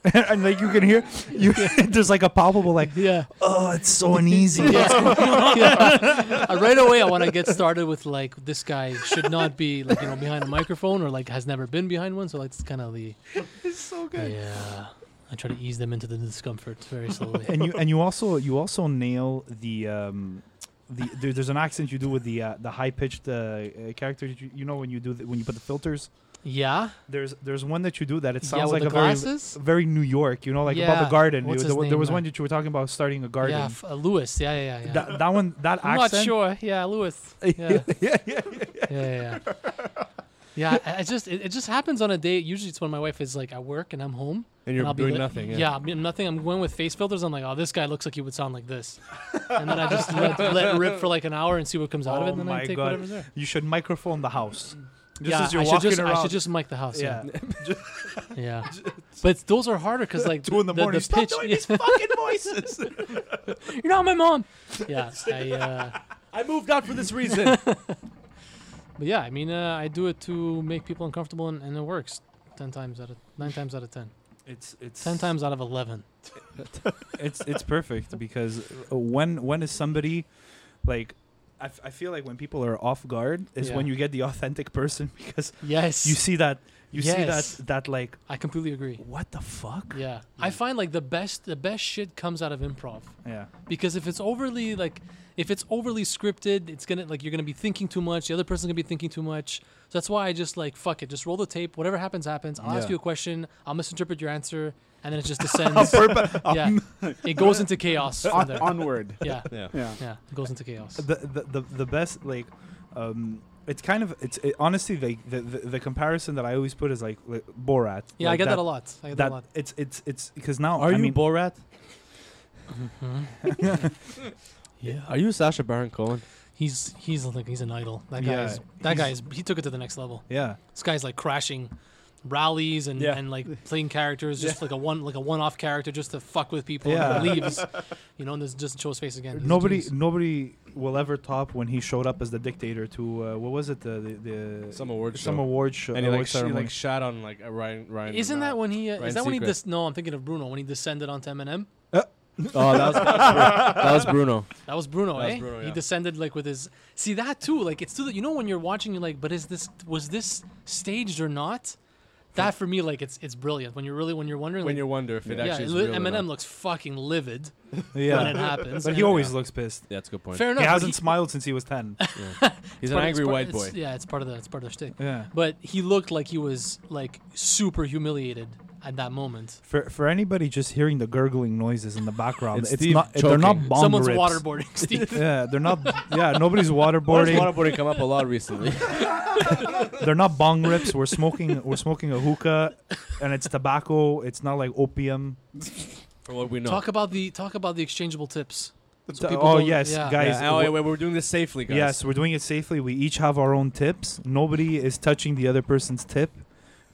C: *laughs* and like you can hear you *laughs* there's like a palpable like
D: Yeah.
C: oh it's so uneasy.
D: *laughs* Yeah. Yeah. Uh, right away, I want to get started with like this guy should not be like you know behind a microphone or like has never been behind one. So like it's kind of the.
C: *laughs* it's so good.
D: Yeah. I try to ease them into the discomfort very
C: *laughs*
D: slowly.
C: and you and you also you also nail the um the there, there's an accent you do with the uh, the high pitched uh, uh, character you, you know when you do the, when you put the filters
D: yeah.
C: there's there's one that you do that it
D: yeah.
C: sounds
D: With
C: like
D: the
C: a
D: glasses.
C: very very New York you know like about
D: Yeah.
C: the garden
D: What's
C: It-
D: his
C: there,
D: name,
C: was
D: uh,
C: one that you were talking about starting a garden
D: Yeah. F- uh, Lewis. Yeah. Yeah. Yeah.
C: That, that one that
D: I'm
C: accent *laughs*
D: not sure. Yeah. Lewis. Yeah. yeah.
C: yeah yeah
D: Yeah. Yeah. Yeah, I, I just it, it just happens on a day. Usually, it's when my wife is like at work and I'm home.
A: And you're
D: I'll be
A: doing
D: like-
A: nothing. Yeah.
D: I mean, nothing. I'm going with face filters. I'm like, oh, this guy looks like he would sound like this, and then I
C: *laughs*
D: just let, let it rip for like an hour and see what comes out of it,
C: Oh
D: and then
C: my
D: I take
C: God.
D: whatever's there.
C: you should microphone the house just
D: yeah,
C: as you're
D: I should
C: walking
D: just
C: around
D: I should just mic the house.
C: yeah
D: Yeah, yeah. but those are harder because like
C: *laughs* two in the, morning stop
D: pitch.
C: doing these fucking
D: *laughs*
C: voices
D: You're not my
C: *laughs*
D: mom. Yeah, I. Uh,
A: I moved out for this
D: *laughs*
A: reason.
D: But yeah, I mean, uh, I do it to make people uncomfortable, and, and it works. Ten times out of nine times out of ten.
C: it's it's
D: Ten times out of eleven.
C: it's it's perfect because uh, when when is somebody like I, f- I feel like when people are off guard is
D: Yeah.
C: when you get the *laughs* authentic person because
D: Yes,
C: you see that you
D: Yes.
C: see that that like
D: I completely agree.
C: what the fuck
D: Yeah. I find like the best the best shit comes out of improv
C: yeah
D: because if it's overly like if it's overly scripted, it's gonna like you're gonna be thinking too much. The other person's gonna be thinking too much. So that's why I just like fuck it, just roll the tape. Whatever happens, happens. I'll ask
A: Yeah.
D: you a question. I'll misinterpret your answer, and then it just descends.
C: Purpo- uh,
D: yeah, it goes into chaos from
B: On-
D: there.
B: onward.
D: Yeah,
A: yeah.
B: Yeah.
D: yeah, it goes into chaos.
C: the, the the the best like um it's kind of it's it, honestly like the, the the comparison that I always put is like, like Borat
D: Yeah, I
C: Like
D: get that, a lot. I get that, a lot.
C: that it's it's it's because
A: *laughs*
C: now
A: Are
C: I
A: you
C: mean,
A: Borat?
D: Mm-hmm. Yeah.
A: Are you Sasha Baron Cohen?
D: He's he's like he's an idol. That guy
C: Yeah,
D: is that guy
C: he's-
D: is he took it to the next level.
C: yeah
D: This guy's like crashing rallies and,
A: Yeah.
D: and like playing characters, just like a one like a one off character just to fuck with people and
C: Yeah.
D: then
C: *laughs*
D: leaves. You know, and this doesn't show his face again. He's a
C: Nobody,
D: genius.
C: nobody will ever top when he showed up as the dictator to uh, what was it? The the, the
A: Some award
C: some
A: show.
C: award show.
A: And he like,
C: award
A: sh- he,
C: ceremony.
A: like shot on like a Ryan Ryan.
D: Isn't that when he uh,
A: Ryan
D: is that when he
A: Seacrest.
D: dis- no, I'm thinking of Bruno when he descended onto Eminem.
A: Oh, that was, that was, Bru- that was
D: *laughs*
A: Bruno.
D: That was Bruno,
A: That was
D: eh?
A: Bruno,
D: He
A: yeah.
D: descended like with his see that too. Like it's too that you know when you're watching, you're like, but is this was this staged or not? That for me, like it's it's brilliant when you're really when you're wondering
A: When
D: like,
A: you wonder if it
D: yeah,
A: actually is
D: li-
A: real or
D: Eminem
A: not.
D: looks fucking livid when it
C: yeah,
D: happens.
C: but
D: and-
C: he always looks pissed.
A: Yeah, that's a good point.
D: fair enough.
C: He
D: but
C: hasn't smiled since he was ten.
A: He's
D: it's
A: an
D: part of-
A: angry
D: it's part-
A: white
D: it's-
A: boy.
D: Yeah, it's part of the it's part of the shtick.
C: yeah.
D: But he looked like he was like super humiliated at that moment.
C: For for anybody just hearing the gurgling noises in the background,
A: It's
C: it's,
A: Steve
C: not. They're not
A: choking.
C: bomb
D: Someone's
C: rips.
D: waterboarding
A: *laughs*
D: Steve.
C: Yeah, they're not. Yeah, nobody's
A: Why does
C: waterboarding.
A: waterboarding come up a lot recently? *laughs*
C: they're not bong rips. We're smoking. We're smoking a hookah, and it's tobacco. It's not like opium.
A: For what we know.
D: Talk about the talk about the exchangeable tips. So people
C: oh
D: don't-
C: yes,
D: yeah.
C: guys.
A: yeah, oh, wait, wait, we're doing this safely, guys.
C: Yes, we're doing it safely. We each have our own tips. Nobody is touching the other person's tip.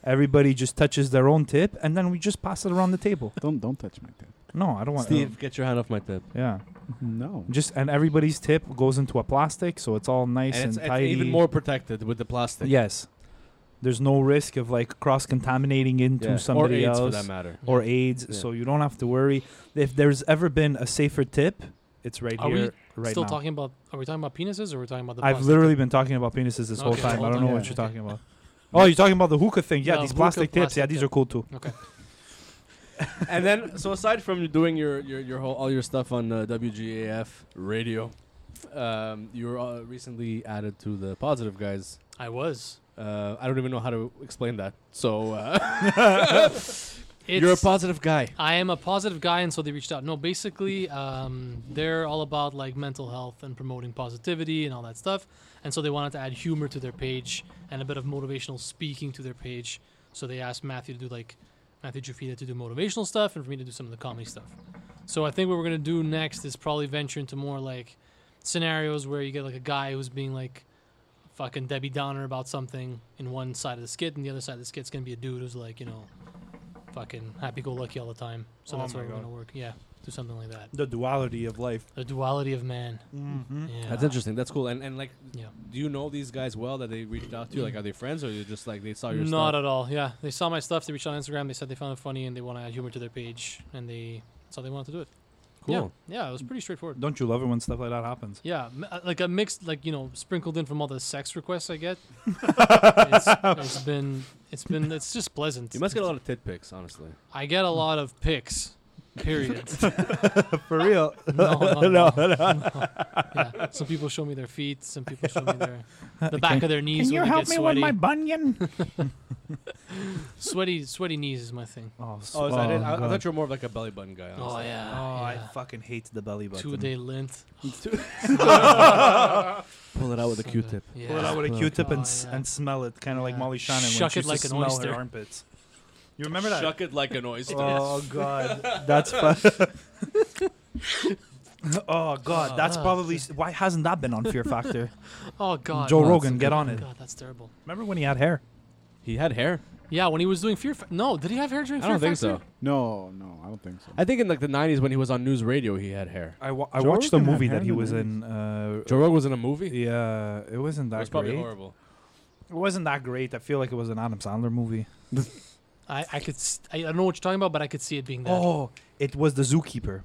C: Everybody just touches their own tip, and then we just pass it around the table.
B: Don't don't touch my tip.
C: No, I don't want. um,
A: Steve, get your hand off my tip.
C: yeah,
B: *laughs* No.
C: just and everybody's tip goes into a plastic, so it's all nice
A: And
C: and,
A: it's, it's
C: tidy.
A: even more protected with the plastic.
C: Yes, there's no risk of like cross contaminating into
A: Yeah.
C: somebody
A: or AIDS
C: else
A: for that matter. *laughs*
C: or AIDS.
A: Yeah.
C: So you don't have to worry. If there's ever been a safer tip, it's right
D: Are we
C: here, right
D: Still
C: now.
D: talking about are we talking about penises or are we talking about the
C: I've
D: plastic?
C: literally been talking about penises this whole
D: Okay,
C: time.
D: hold
C: I don't
D: on.
C: know
D: *laughs* Yeah.
C: what you're talking about. Oh, you're talking about the hookah thing? Yeah,
D: The
C: these
D: hookah
C: plastic tips.
D: plastic
C: Yeah, these
D: tip.
C: are cool too.
D: Okay.
A: and then, so aside from doing your your, your whole all your stuff on uh, WGAF radio, um, you were uh, recently added to the Positive Guys.
D: I was.
A: Uh, I don't even know how to explain that. So uh, *laughs*
D: It's,
A: you're a positive guy.
D: I am a positive guy, and so they reached out. No, basically, um, they're all about like mental health and promoting positivity and all that stuff. And so they wanted to add humor to their page and a bit of motivational speaking to their page. So they asked Matthew to do like Matthew Jafita to do motivational stuff and for me to do some of the comedy stuff. So I think what we're gonna do next is probably venture into more like scenarios where you get like a guy who's being like fucking Debbie Downer about something in one side of the skit, and the other side of the skit's gonna be a dude who's like you know fucking happy-go-lucky all the time. So
C: Oh
D: that's
C: my
D: where we're
C: God.
D: gonna work. Yeah, do something like that.
C: The duality of life.
D: The duality of man.
C: Mm-hmm.
D: Yeah.
A: That's interesting. That's cool. And and like,
D: Yeah.
A: do you know these guys well that they reached out to? you? Like, are they friends or you just like they saw your
D: Not
A: stuff?
D: at all. Yeah, they saw my stuff. They reached out on Instagram. They said they found it funny and they want to add humor to their page, and they that's how they wanted to do it. Yeah.
A: cool.
D: Yeah, it was pretty straightforward.
C: Don't you love it when stuff like that happens?
D: Yeah, m- uh, like a mixed, like you know, sprinkled in from all the sex requests I get.
A: *laughs*
D: it's, it's been, it's been, it's just pleasant.
A: You must get a lot of tit pics, honestly.
D: I get a lot of pics.
A: *laughs*
D: Period.
C: For real?
D: no, no, no, no. *laughs* Yeah. Some people show me their feet. Some people show me their the back of their knees. when they get sweaty.
C: bunion?
D: sweaty, sweaty knees is my thing.
C: *laughs* Oh, s-
A: Oh, is that it? I, I
C: God.
A: thought you were more of like a belly button guy.
D: Oh
A: Honestly.
D: yeah.
C: Oh, I
D: yeah.
C: fucking hate the belly button.
D: two day lint.
A: *laughs* Pull it out with a
D: So good.
A: Q-tip.
D: Yeah.
C: Pull it out with a
A: Oh,
C: Q-tip and,
D: God,
C: s-
D: yeah.
C: and smell it, kind of like
D: Yeah.
C: Molly Shannon when
D: Shuck
C: she
D: it
C: used
D: like
C: to
D: an
C: smell
D: oyster.
C: her armpits. You remember that?
A: Shuck it like an oyster.
C: Oh
D: *laughs*
C: God, that's fun. *laughs* oh God, that's
D: Ah.
C: probably s- why hasn't that been on Fear
D: *laughs*
C: Factor?
D: Oh god.
C: Joe
D: that's
C: Rogan,
D: a
C: get
D: good-
C: on it.
D: God, that's terrible.
C: Remember when he had hair?
A: He had hair.
D: Yeah, when he was doing Fear Fa- No, did he have hair during
A: I
D: Fear
A: don't think
D: Factor?
A: so.
B: No, no, I don't think so.
A: I think in like the '90s when he was on news radio, he had hair.
C: I, wa- I
B: Joe
C: watched the
B: Rogan had
C: movie
B: hair
C: that he
B: in the
C: was
B: 90s.
C: in. Uh,
A: Joe Rogan was in a movie.
C: yeah, it wasn't
A: It
C: that
A: was probably
C: great.
A: horrible.
C: It wasn't that great. I feel like it was an Adam Sandler movie.
D: I, I could. s- I, I don't know what you're talking about, but I could see it being that.
C: Oh, it was the Zookeeper.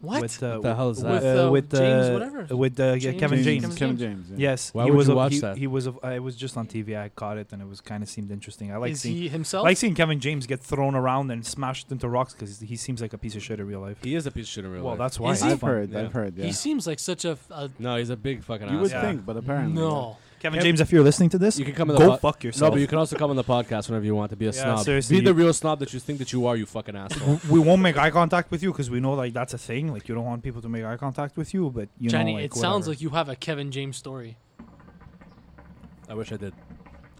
D: what?
C: With, uh,
A: What the hell is
D: With,
A: that?
D: uh,
C: with
D: James
C: uh,
D: whatever.
C: With uh, yeah,
D: James-
C: Kevin James.
D: James.
B: Kevin James. yeah.
C: Yes.
A: Why
C: he
A: would
C: was
A: you
C: a-
A: watch
C: he,
A: that?
C: He was. A, uh, it was just on TV. I caught it, and it was kind of seemed interesting. I like
D: is
C: seeing.
D: he
C: I
D: himself?
C: like seeing Kevin James get thrown around and smashed into rocks because he seems like a piece of shit in real life.
A: He is a piece of shit in real
C: well,
A: life.
C: that's why.
D: Is he?
C: it's
B: I've
C: fun.
B: heard.
A: Yeah.
B: I've heard. Yeah.
D: He seems like such a. a
A: no, he's a big fucking.
B: you would
A: asshole.
C: Yeah.
B: think, but apparently
D: no.
C: Kevin
A: Yep.
C: James, if you're listening to this,
A: You can come in the
C: go
A: po-
C: fuck
A: No,
C: yourself.
A: but you can also come on the podcast whenever you want to be a
C: Yeah,
A: snob.
C: seriously,
A: Be the
C: you-
A: real snob that you think that you are, you fucking
C: *laughs*
A: asshole.
C: we won't make eye contact with you because we know like that's a thing. Like you don't want people to make eye contact with you, but you
D: Johnny,
C: know, like,
D: it
C: whatever.
D: sounds like you have a Kevin James story.
A: I wish I did.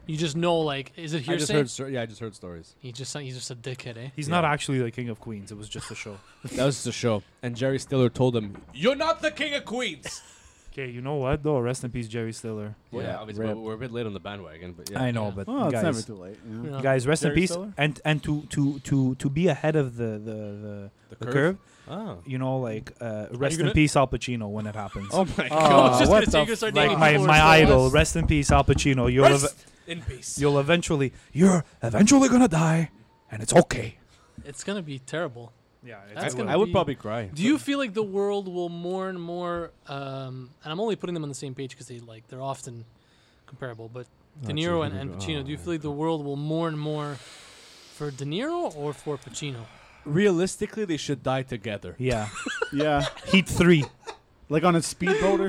D: You just know, like, is
A: I
D: it
A: just
D: hearsay?
A: heard. stor- yeah, I just heard stories.
D: he just he's just a dickhead, eh?
C: he's
A: Yeah.
C: not actually the king of queens. It was just a show.
A: That was just a show. And Jerry Stiller told him, "You're not the king of Queens."
C: *laughs* Okay, you know what though? Rest in peace, Jerry Stiller. Oh,
A: Well, yeah,
B: Yeah,
A: obviously,
B: rip.
A: but we're a bit late on the bandwagon. But yeah,
C: I know,
D: Yeah.
C: but
B: Well, Oh, it's
C: guys,
B: never too late. you
A: *laughs*
C: Mm-hmm.
B: know?
D: Yeah.
C: guys, rest in
B: Jerry
C: peace.
B: Stiller?
C: And and to to to to be ahead of the the the,
A: the
C: the
A: curve.
C: curve,
A: Oh.
C: you know, like uh, rest in
A: gonna-
C: peace, Al Pacino, when it happens.
A: Oh *laughs* my
D: *laughs* I was
B: Uh,
D: just
B: what
D: gonna say,
B: the
D: you're gonna start
C: like
D: naming
C: my
D: people
C: my
D: who are still
C: idol,
D: alive.
C: rest in peace, Al Pacino. You'll ev-
A: in peace.
C: you'll eventually you're eventually gonna die, and it's okay.
D: It's gonna be terrible.
C: Yeah,
D: That's
A: I,
D: gonna
A: I would
D: be-
A: probably cry.
D: Do you feel like the world will more and more? Um, and I'm only putting them on the same page because they like they're often comparable. But De
A: Oh,
D: Niro
A: gee,
D: and,
A: here
D: and
A: we go.
D: Pacino, do you
A: Oh,
D: feel like the world will more and more for De Niro or for Pacino?
A: realistically they should die
B: *laughs*
A: together?
C: yeah.
B: Yeah.
C: Heat three.
B: Like on a speedboat or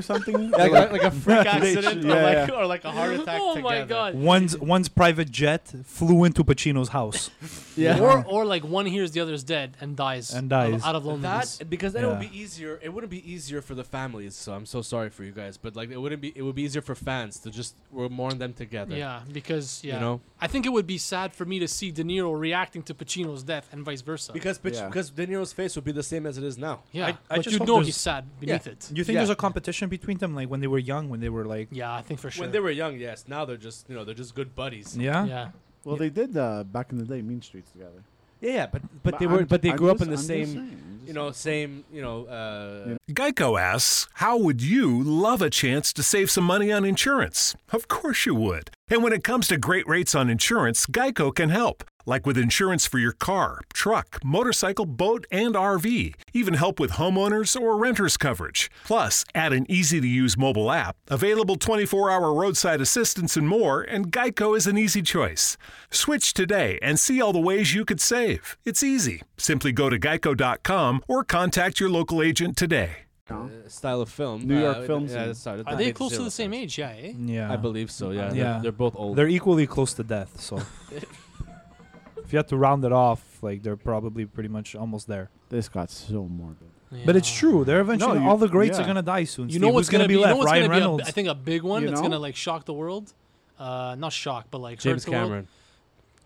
A: *laughs*
B: something.
A: Like, like, *laughs* like a freak
B: accident
A: accident,
B: or
A: or,
B: Yeah, like-
A: like, or like a heart attack.
D: oh my God!
C: One's one's private jet flew into Pacino's house.
A: Yeah.
D: Or or like one hears the other's dead and dies
C: And dies.
D: of- out of loneliness.
A: That because then it
C: Yeah.
A: would be easier. It wouldn't be easier for the families. So I'm so sorry for you guys, but like it wouldn't be. It would be easier for fans to just we're mourn them together.
D: yeah, because yeah,
A: You know,
D: I think it would be sad for me to see De Niro reacting to Pacino's death and vice versa.
A: because Pac-
B: Yeah.
A: because De Niro's face would be the same as it is now.
D: yeah,
C: I- I
D: but
C: just
D: you
C: hope
D: know
C: there's-
D: he's sad beneath it.
C: *laughs* You think
A: Yeah.
C: there's a competition between them, like when they were young, when they were like,
D: Yeah, I think for sure.
A: When they were young, yes. Now they're just you know they're just good buddies.
C: yeah,
D: yeah.
B: Well, they did uh, back in the day. Mean Streets together.
A: Yeah, yeah, but but they were
B: I'm-
A: but they
B: I'm
A: grew up
B: just-
A: in the
B: I'm just
A: same
B: saying, I'm just
A: you know same you know uh,
F: Geico asks, How would you love a chance to save some money on insurance? Of course you would. And when it comes to great rates on insurance, Geico can help. like with insurance for your car, truck, motorcycle, boat, and RV, even help with homeowners or renters coverage. Plus, add an easy to use mobile app, available 24 hour roadside assistance, and more, and Geico is an easy choice. Switch today and see all the ways you could save. It's easy. Simply go to geico.com or contact your local agent today.
A: uh, style of film.
B: New
A: uh,
B: York
A: th-
B: film
A: Yeah,
B: scene.
A: that's how-
D: Are
A: that
D: they
A: made
D: close to
A: zero
D: the same
A: sense.
D: age? Yeah, eh?
C: Yeah,
A: I believe so. Yeah, they're-
C: Yeah.
A: They're, both old.
C: they're equally close to death.
D: *laughs*
C: So if you had to round it off, like they're probably pretty much almost there.
B: This got so morbid.
A: Mm.
C: But it's
D: Yeah.
C: true. They're eventually
B: you-
C: all the greats
B: yeah.
C: are gonna die soon.
D: You
C: Steve.
D: know
C: Who's
D: what's gonna, be? You know
C: left?
D: what's
C: Ryan
D: gonna be? a-
C: Reynolds.
D: I think a big one
B: You
D: that's
B: know?
D: gonna like shock the world. Uh, not shock, but like hurt
A: James
D: the world.
A: Cameron.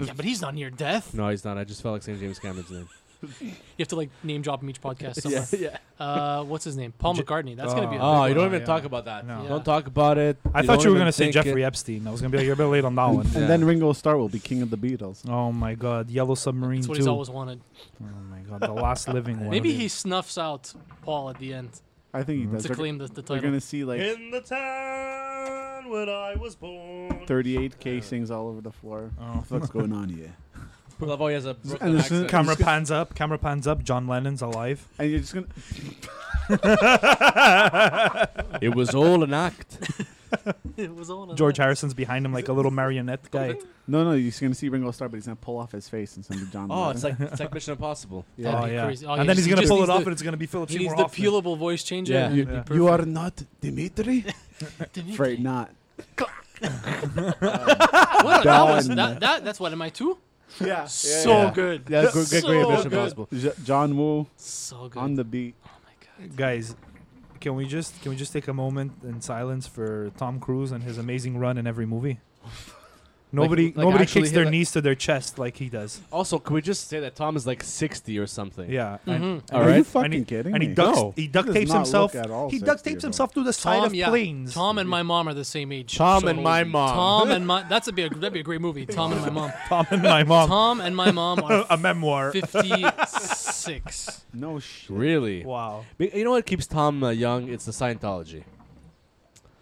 D: Yeah, but he's not near death.
A: No, he's not. I just felt like saying James Cameron's name.
D: You have to like name drop him each
C: *laughs*
B: *laughs*
D: podcast. Somewhere. Uh, what's his name? Paul
C: J-
D: McCartney. That's
C: Oh.
D: gonna be. A
A: Oh,
D: big
A: you don't
D: one.
A: even
C: *laughs* yeah.
A: talk about that.
C: No.
D: Yeah.
A: Don't talk about it.
C: I thought you were gonna say Jeffrey Epstein. I was gonna be like, you're a bit late on that
A: Oh,
D: *laughs*
C: one.
B: And then Ringo Starr will be king of the Beatles.
C: Oh my God, Yellow Submarine
D: That's
C: too.
D: what he's always wanted.
C: oh my God, the last
D: *laughs*
C: living one.
D: Maybe he snuffs out Paul at the end
B: I think
A: Mm-hmm.
B: he does.
D: to
B: They're,
D: claim the, the
B: they're
D: title.
C: *laughs*
B: gonna see like
A: In the town when I was born.
B: 38 casings all over the floor.
C: Oh.
B: What the
C: *laughs*
B: fuck's going on here?
A: Love how he has a Brooklyn
B: this is-
A: accent.
C: Camera
D: *laughs*
C: pans up. Camera pans up. John Lennon's alive.
B: And you're just gonna.
A: It was all an act.
D: it was all in
C: George
D: that.
C: Harrison's behind him like a little marionette guy.
B: No, no, you're just gonna see Ringo Starr, but he's gonna pull off his face and send
C: *laughs*
B: to
A: *laughs*
B: John.
A: Oh,
B: Lennon.
A: it's like it's like Mission Impossible.
D: That'd
C: oh, *laughs*
D: be
C: yeah.
D: crazy. Oh,
C: and
D: yeah,
C: then
D: he
C: he's gonna
D: just
C: pull it
D: needs
C: off,
D: the-
C: and it's gonna be Philip
D: He needs
C: Seymour
D: the
C: Hoffman.
D: peelable voice changer.
A: Yeah.
D: and it'd be
C: You-
B: you are
D: perfect.
B: not Dimitri.
C: *laughs*
B: Afraid not.
D: What? That was
B: Done.
D: that, that. That's what am I two?
B: Yeah. yeah
D: So
B: yeah.
D: good.
B: Yeah, great, great, great
D: So
B: Mission
D: good.
B: Impossible. J- John Woo
D: So good.
B: on the beat.
D: oh my god.
C: Guys, can we just can we just take a moment in silence for Tom Cruise and his amazing run in every
D: *laughs*
C: movie? Nobody
A: like
C: nobody
A: actually
C: kicks
A: hit
C: their
A: that-
C: knees to their chest like he does.
A: Also, can we just say that Tom is like 60 or something?
C: Yeah. And,
D: Mhm.
B: Are
A: right.
B: you
C: *laughs*
A: And
B: fucking
C: and he,
B: kidding
C: and
B: me?
C: he ducks,
A: No.
C: he duct
B: He does
C: tapes
B: not
C: himself.
B: look at all
C: He duct
B: 60 year
C: tapes
B: old.
C: himself to the side of planes.
D: Tom and my mom are the same age.
A: Tom
D: So
A: and my
D: holy-
A: mom.
D: Tom and my that's a be a, that'd be a great movie. Tom and my mom.
C: Tom and my mom.
D: Tom and my mom are
C: *laughs*
D: *laughs*
C: a memoir.
D: fifty six.
B: No shit.
A: Really?
C: Wow.
A: But You know what keeps Tom uh, young? It's the Scientology.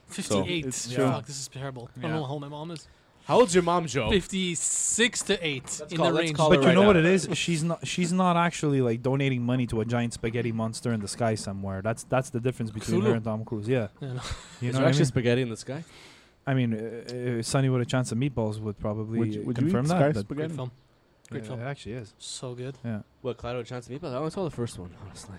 D: Fifty eight.
B: It's true.
D: Fuck, this is terrible. I don't
C: Yeah.
D: know how old my mom is.
A: How old's your mom, Joe?
D: Fifty six to eight in
A: call-
D: the
A: let's
D: range.
A: call
C: But
A: it
C: you
A: right
C: know what
A: now.
C: it is? She's not. She's not actually like donating money to a giant spaghetti monster in the sky somewhere. That's that's the difference between her
D: Cthulhu.
C: and Tom Cruise. Yeah,
D: Yeah,
A: Is
C: *laughs* you
D: no.
C: know
A: there
C: what I
A: actually
C: mean.
A: spaghetti in the sky?
C: I mean, uh, uh, Sonny with a chance of meatballs would probably
B: Would you, would you
C: confirm
B: eat
C: that.
B: Sky
C: but-
D: Great
B: Spaghetti?
D: film. Great
C: Yeah,
D: film.
C: It actually is.
D: So good.
A: What, Clyde with a chance to meet? I only saw the first one, honestly.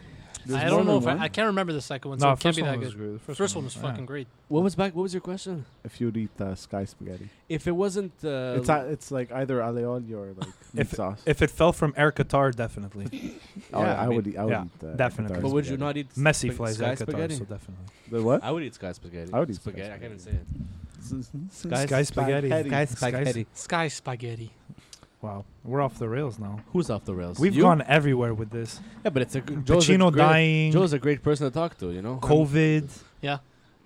B: There's
D: I
B: more
D: don't know
B: than
D: if I,
B: one?
D: I can't remember the second one, so it can't be that good.
C: good.
D: First, one was fucking great.
A: What was back? What was your question?
B: If you'd eat uh, Sky Spaghetti,
A: If it wasn't, uh,
B: it's a, it's like either alioli or like meat
C: If-
B: sauce.
C: If it fell from Air
A: *laughs*
C: Qatar, definitely.
B: yeah,
A: yeah,
B: I,
A: I mean,
B: would. Eat, I would
C: yeah,
B: eat uh,
C: definitely.
A: but
B: Qatar
A: would you
B: spaghetti.
A: not eat
C: Messi
A: sp-
C: flies
A: sky
C: Air Qatar,
A: spaghetti?
C: so definitely.
B: The what?
A: I would eat sky spaghetti.
B: I would eat sky
A: spaghetti. I can't even say
B: spaghetti.
A: it.
C: Sky spaghetti.
B: Sky
D: Sky Spaghetti.
C: Wow, we're off the rails now.
A: Who's off the rails?
C: We've
A: You?
C: gone everywhere with this.
A: Yeah, but it's a g- Joe's a
C: Pacino
A: great,
C: dying.
A: Joe's a great person to talk to. You know.
C: COVID.
D: Yeah.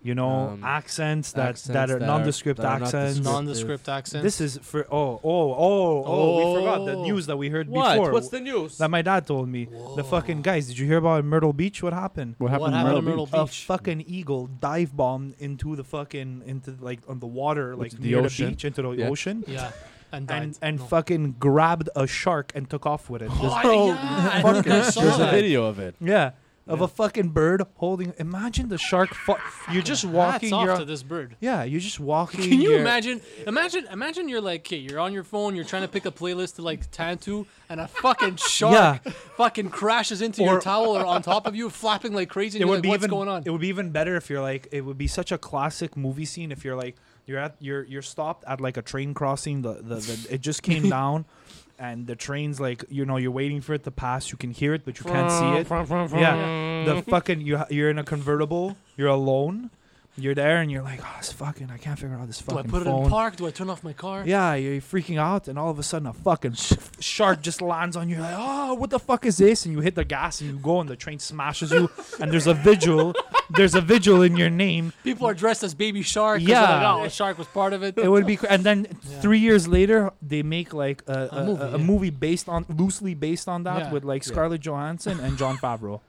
C: You know,
A: Um,
C: accents that that
A: accents
C: are
A: that are-
C: nondescript
A: that are not
C: accents.
A: descriptive.
D: Nondescript accent.
C: This is for oh oh oh oh. We forgot the
D: Oh.
C: news that we heard
A: What?
C: before.
A: What's the news?
C: that my dad told me. The fucking guys. Did you hear about Myrtle Beach? What happened?
B: What happened?
D: what
B: in
D: happened to
B: Myrtle
D: Myrtle
B: Beach?
C: A
D: Beach?
C: fucking eagle dive bombed into the fucking into like on the water, like
A: the
C: near
A: ocean.
C: the beach, into the
A: Yeah.
C: ocean,
D: yeah. And died.
C: and and
D: No.
C: fucking grabbed a shark and took off with it.
D: Oh,
C: This-
D: yeah, I
C: fucking
D: think I saw
A: There's a
D: that.
A: video of it.
C: yeah, of a fucking bird holding. Imagine the shark. Fu- you're just walking.
D: Hats off
C: You're
D: to this bird.
C: yeah, you're just walking.
D: Can you
C: you're-
D: imagine? Imagine, imagine you're like, okay, you're on your phone, you're trying to pick a playlist to like tattoo, and a fucking shark
C: *laughs* Yeah.
D: fucking crashes into
C: Or-
D: your towel or on top of you, flapping like crazy. And
C: It
D: you're
C: would
D: like,
C: be
D: what's
C: even.
D: going on?
C: It would be even better if you're like. It would be such a classic movie scene if you're like. You're at. You're you're stopped at like a train crossing. The the, the it just
D: *laughs*
C: came down, and the train's like you know you're waiting for it to pass. You can hear it, but you can't
B: Uh,
C: see it. yeah, the fucking you. ha- You're in a convertible. You're alone. You're there, and you're like, oh, it's fucking. I can't figure out this
D: Do I
C: fucking
D: put it
C: phone.
D: in park? Do I turn off my car?
C: Yeah, you're freaking out, and all of a sudden a fucking shark just lands on you. Like, oh, what the fuck is this? And you hit the gas, and you go, and the train smashes you. and there's a vigil. There's a vigil in your name.
D: People are dressed as baby shark. Yeah.
C: Yeah.
D: Like, oh, a shark was part of it.
C: It would be, cr- and then
D: Yeah.
C: three years later, they make like a, a, a- a movie,
D: movie, yeah.
C: based on loosely based on that
D: Yeah.
C: with like Scarlett Johansson and John Favreau.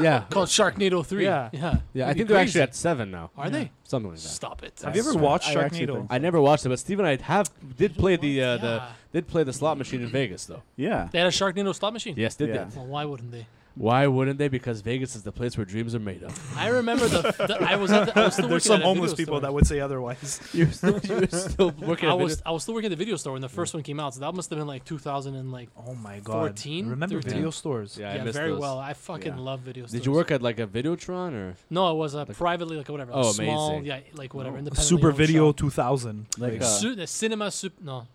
A: Yeah,
D: called Sharknado 3.
C: Yeah.
D: Yeah.
A: yeah. I
D: It'd be
A: think they're actually
D: crazy.
A: at seven now.
D: Are they?
A: Something like that.
D: Stop it.
C: Have you ever
B: swear,
C: watched *laughs*
B: I actually
C: Sharknado?
B: think-
A: I never watched it, but Steve and I have did play the uh, the did play the slot machine in Vegas, though.
B: Yeah.
D: They had a Sharknado slot machine.
A: Yes, they
B: Yeah.
A: did.
D: Well, why wouldn't they?
A: Why wouldn't they? Because Vegas is the place where dreams are made
D: *laughs*
A: of.
D: I remember the. the I was. At the, I was still
C: There's
D: working
C: some
D: at a
C: homeless
D: video
C: people
D: store.
C: that would say otherwise.
A: You're still, you're still working.
D: I
A: at
D: was.
A: video-
D: I was still working at the video store when the first one came out. So that must have been like 2000 and like.
C: Oh my god.
D: 14,
C: Remember
D: 13?
C: video stores?
A: *laughs* Yeah, I
D: Yeah,
A: missed
D: very
A: those.
D: well. I fucking
B: Yeah.
D: love video stores.
A: Did you work at like a Videotron or?
D: No, it was uh, privately, like whatever. Like
A: Oh,
D: small,
A: amazing.
D: Yeah, like whatever. independently
C: Super
D: owned
C: Video
D: shop.
C: 2000.
B: Like,
C: Like,
B: uh,
D: Su- the cinema. Sup- no.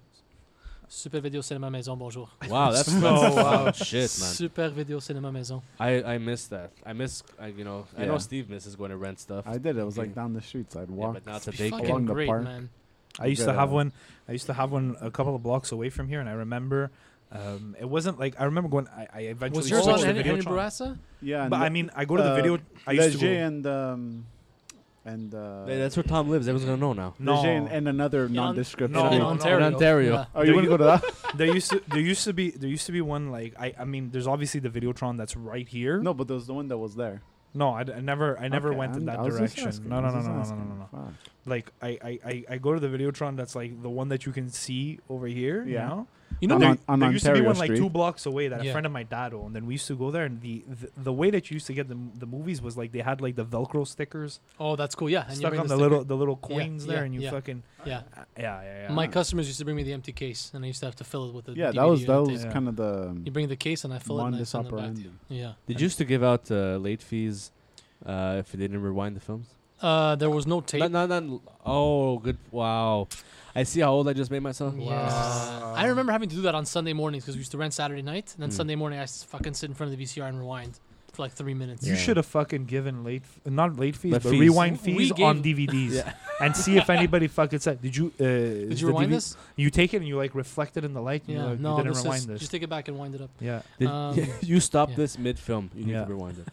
D: Super Video Cinema Maison, bonjour.
A: Wow, that's
C: Oh,
A: that's
D: *laughs*
C: wow.
A: shit, man.
D: Super Video Cinema Maison.
A: I I miss that. I miss I, you know. I
B: Yeah.
A: know Steve misses going to rent stuff.
B: I did. It was like down the streets. I'd
A: yeah,
B: walk.
A: but now it's a
D: Be
A: daycare.
D: fucking
B: Along the
D: great,
B: park.
D: man.
C: I used to
B: Good,
C: have
B: uh,
C: one. I used to have one a couple of blocks away from here, and I remember um, it wasn't like I remember going. I, I eventually
D: Was yours
C: switched
D: on
C: to
D: Henry, Henry
C: Videotron.
D: Bourassa?
B: yeah. And
C: But I
B: Le-
C: mean, I go to the
B: uh,
C: video. I used to
B: Leger
C: go.
B: and um, and uh,
A: Hey, that's where Tom lives. Everyone's gonna know now.
C: No,
B: Leger and, and another nondescript.
C: no,
B: city.
D: in
C: no.
D: Ontario.
A: In Ontario.
D: Yeah.
B: Oh, you
C: There
B: want to
C: you-
B: go to that?
C: there used to there used to be there used to be one like I I mean, there's obviously the Videotron that's right here.
B: no, but there was the one that was there.
C: no, I, d- I never I never
B: Okay,
C: went
B: I'm-
C: in that
B: I was just
C: direction.
B: asking,
C: No,
B: I
C: no,
B: was
C: no, no,
B: just
C: no, no,
B: asking.
C: no, no.
B: Fuck.
C: Like I, I I I go to the Videotron that's like the one that you can see over here.
B: Yeah.
C: You know?
D: You know,
B: I'm
D: the-
C: there,
B: on- on
C: there used to be
B: Ontario
C: one like
B: Street.
C: two blocks away that
D: Yeah.
C: a friend of my dad owned, and we used to go there. And the the, the way that you used to get the, the movies was like they had like the Velcro stickers
D: oh, that's cool. Yeah, and you
C: stuck
D: bring
C: on the
D: the
C: little
D: sticker.
C: the little coins there,
D: yeah,
C: and you
D: yeah.
C: fucking uh,
D: Yeah,
C: yeah yeah yeah.
D: my customers used to bring me the empty case, and I used to have to fill it with the.
B: Yeah, that
D: DVD
B: was
D: and
B: that
D: tape.
B: was
C: Yeah.
B: kind of the um,
D: You bring the case, and I fill it, and I
B: modus
D: send it back. to
B: operandi.
D: you. Yeah.
A: Did you used to give out uh, late fees uh, if you didn't rewind the films?
D: Uh, there was no tape.
A: Not, not, not, oh, good. Wow. I see how old I just made myself.
D: Yeah.
C: Um,
D: I remember having to do that on Sunday mornings because we used to rent Saturday night, and then
A: Mm.
D: Sunday morning I s- fucking sit in front of the VCR and rewind for like three minutes.
C: You
A: Yeah.
C: should have fucking given late, f- not late fees,
A: But
C: but,
A: fees.
C: rewind
D: We
C: fees
D: *laughs*
C: on
D: gave-
C: DVDs
A: Yeah.
C: and see if anybody fucking said, "Did you? Uh,
D: Did you rewind this?
C: You take it and you like reflect it in the light. And
D: Yeah.
C: you're like,
D: no,
C: you didn't
D: this
C: rewind
D: is,
C: this.
D: just take it back and wind it up.
C: yeah,
A: Did-
D: Um,
A: *laughs* you stop
D: yeah.
A: this mid film. You need
C: Yeah.
A: to rewind it.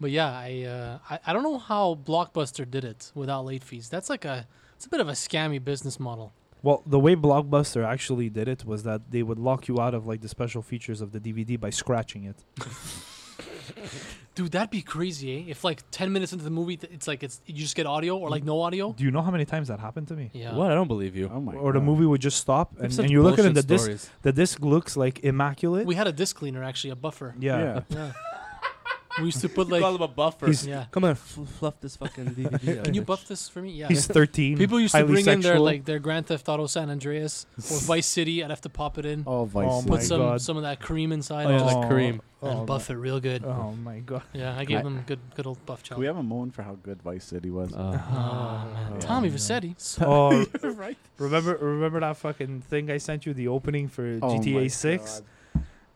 D: But yeah, I, uh, I I don't know how Blockbuster did it without late fees. That's like a it's a bit of a scammy business model.
C: Well, the way Blockbuster actually did it was that they would lock you out of like the special features of the DVD by scratching it.
D: Dude, that'd be crazy, eh? If like ten minutes into the movie, th- it's like it's you just get audio or like no audio.
C: Do you know how many times that happened to me?
D: Yeah.
A: What? I don't believe you.
B: oh my
C: or the
B: God.
C: movie would just stop,
A: There's
C: and,
A: such
C: and you look at it, the
A: bullshit
C: disc,
A: stories.
C: the disc looks like immaculate.
D: We had a disc cleaner actually, a buffer.
C: yeah.
B: Yeah.
D: Yeah. we used
C: *laughs*
D: to put like.
A: him a buffer.
C: He's-
D: Yeah.
A: Come on, fl- fluff this fucking
C: *laughs*
A: DVD. out.
D: Can you buff this for me? Yeah. *laughs*
C: he's thirteen.
D: People used to
C: highly
D: bring in their
C: sexual.
D: like their Grand Theft Auto San Andreas or Vice City. I'd have to pop it in,
B: *laughs* Oh, Vice
C: Oh
B: City.
C: my
D: put some
C: God.
D: some of that cream inside,
A: Oh, yeah,
D: and
A: like
D: just-
A: Kareem.
D: and
C: Oh,
D: buff it real good.
C: my- oh my god!
D: yeah, I gave
B: I-
D: them good good old buff
B: Can we
D: challenge.
B: have a moment for how good Vice
A: *laughs*
B: City was?
C: Uh,
D: *laughs* Oh, man. Tommy Vassetti. *laughs*
C: Oh,
B: right.
C: remember remember that fucking thing I sent you the opening for
B: Oh my
C: GTA Six?
B: God.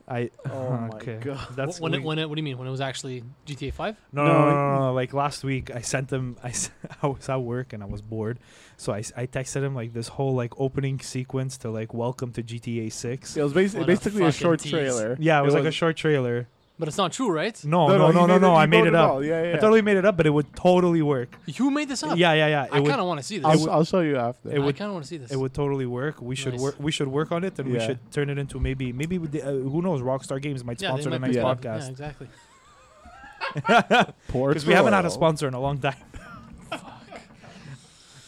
C: I *laughs*
B: Oh my
C: okay.
B: God.
C: That's
D: when it,
C: we-
D: when it, what do you mean? When it was actually GTA 5?
C: No, no, no, no, no, Like last week, I sent him. *laughs* I, s- I was at work and I was bored, so I, s- I texted him like this whole like opening sequence to like Welcome to GTA Six.
B: It was basi-
D: What a
B: basically a,
D: fucking
B: short
D: tease.
B: trailer.
C: Yeah, it was
B: It
C: like a
B: was-
C: short trailer.
D: But it's not true, right?
C: No, no, no,
B: you
C: no, no.
B: you
C: I made it up.
B: all. Yeah, yeah.
C: I
B: yeah.
C: totally made it up, but it would totally work.
D: You made this up.
C: Yeah, yeah, yeah. It
D: I
C: would,
D: kind of want to see this.
B: I'll, I'll show you after.
C: it
D: I
C: would-
D: kind of want to see this.
C: it would totally work. We should
D: Nice.
C: work. We should work on it, and we
B: Yeah.
C: should turn it into maybe maybe with the, uh, who knows? Rockstar Games might
D: yeah, they
C: sponsor the
D: might be
C: next
D: part- Yeah,
C: podcast
D: exactly.
C: *laughs*
B: Because
C: because we haven't had a sponsor in a long time. *laughs*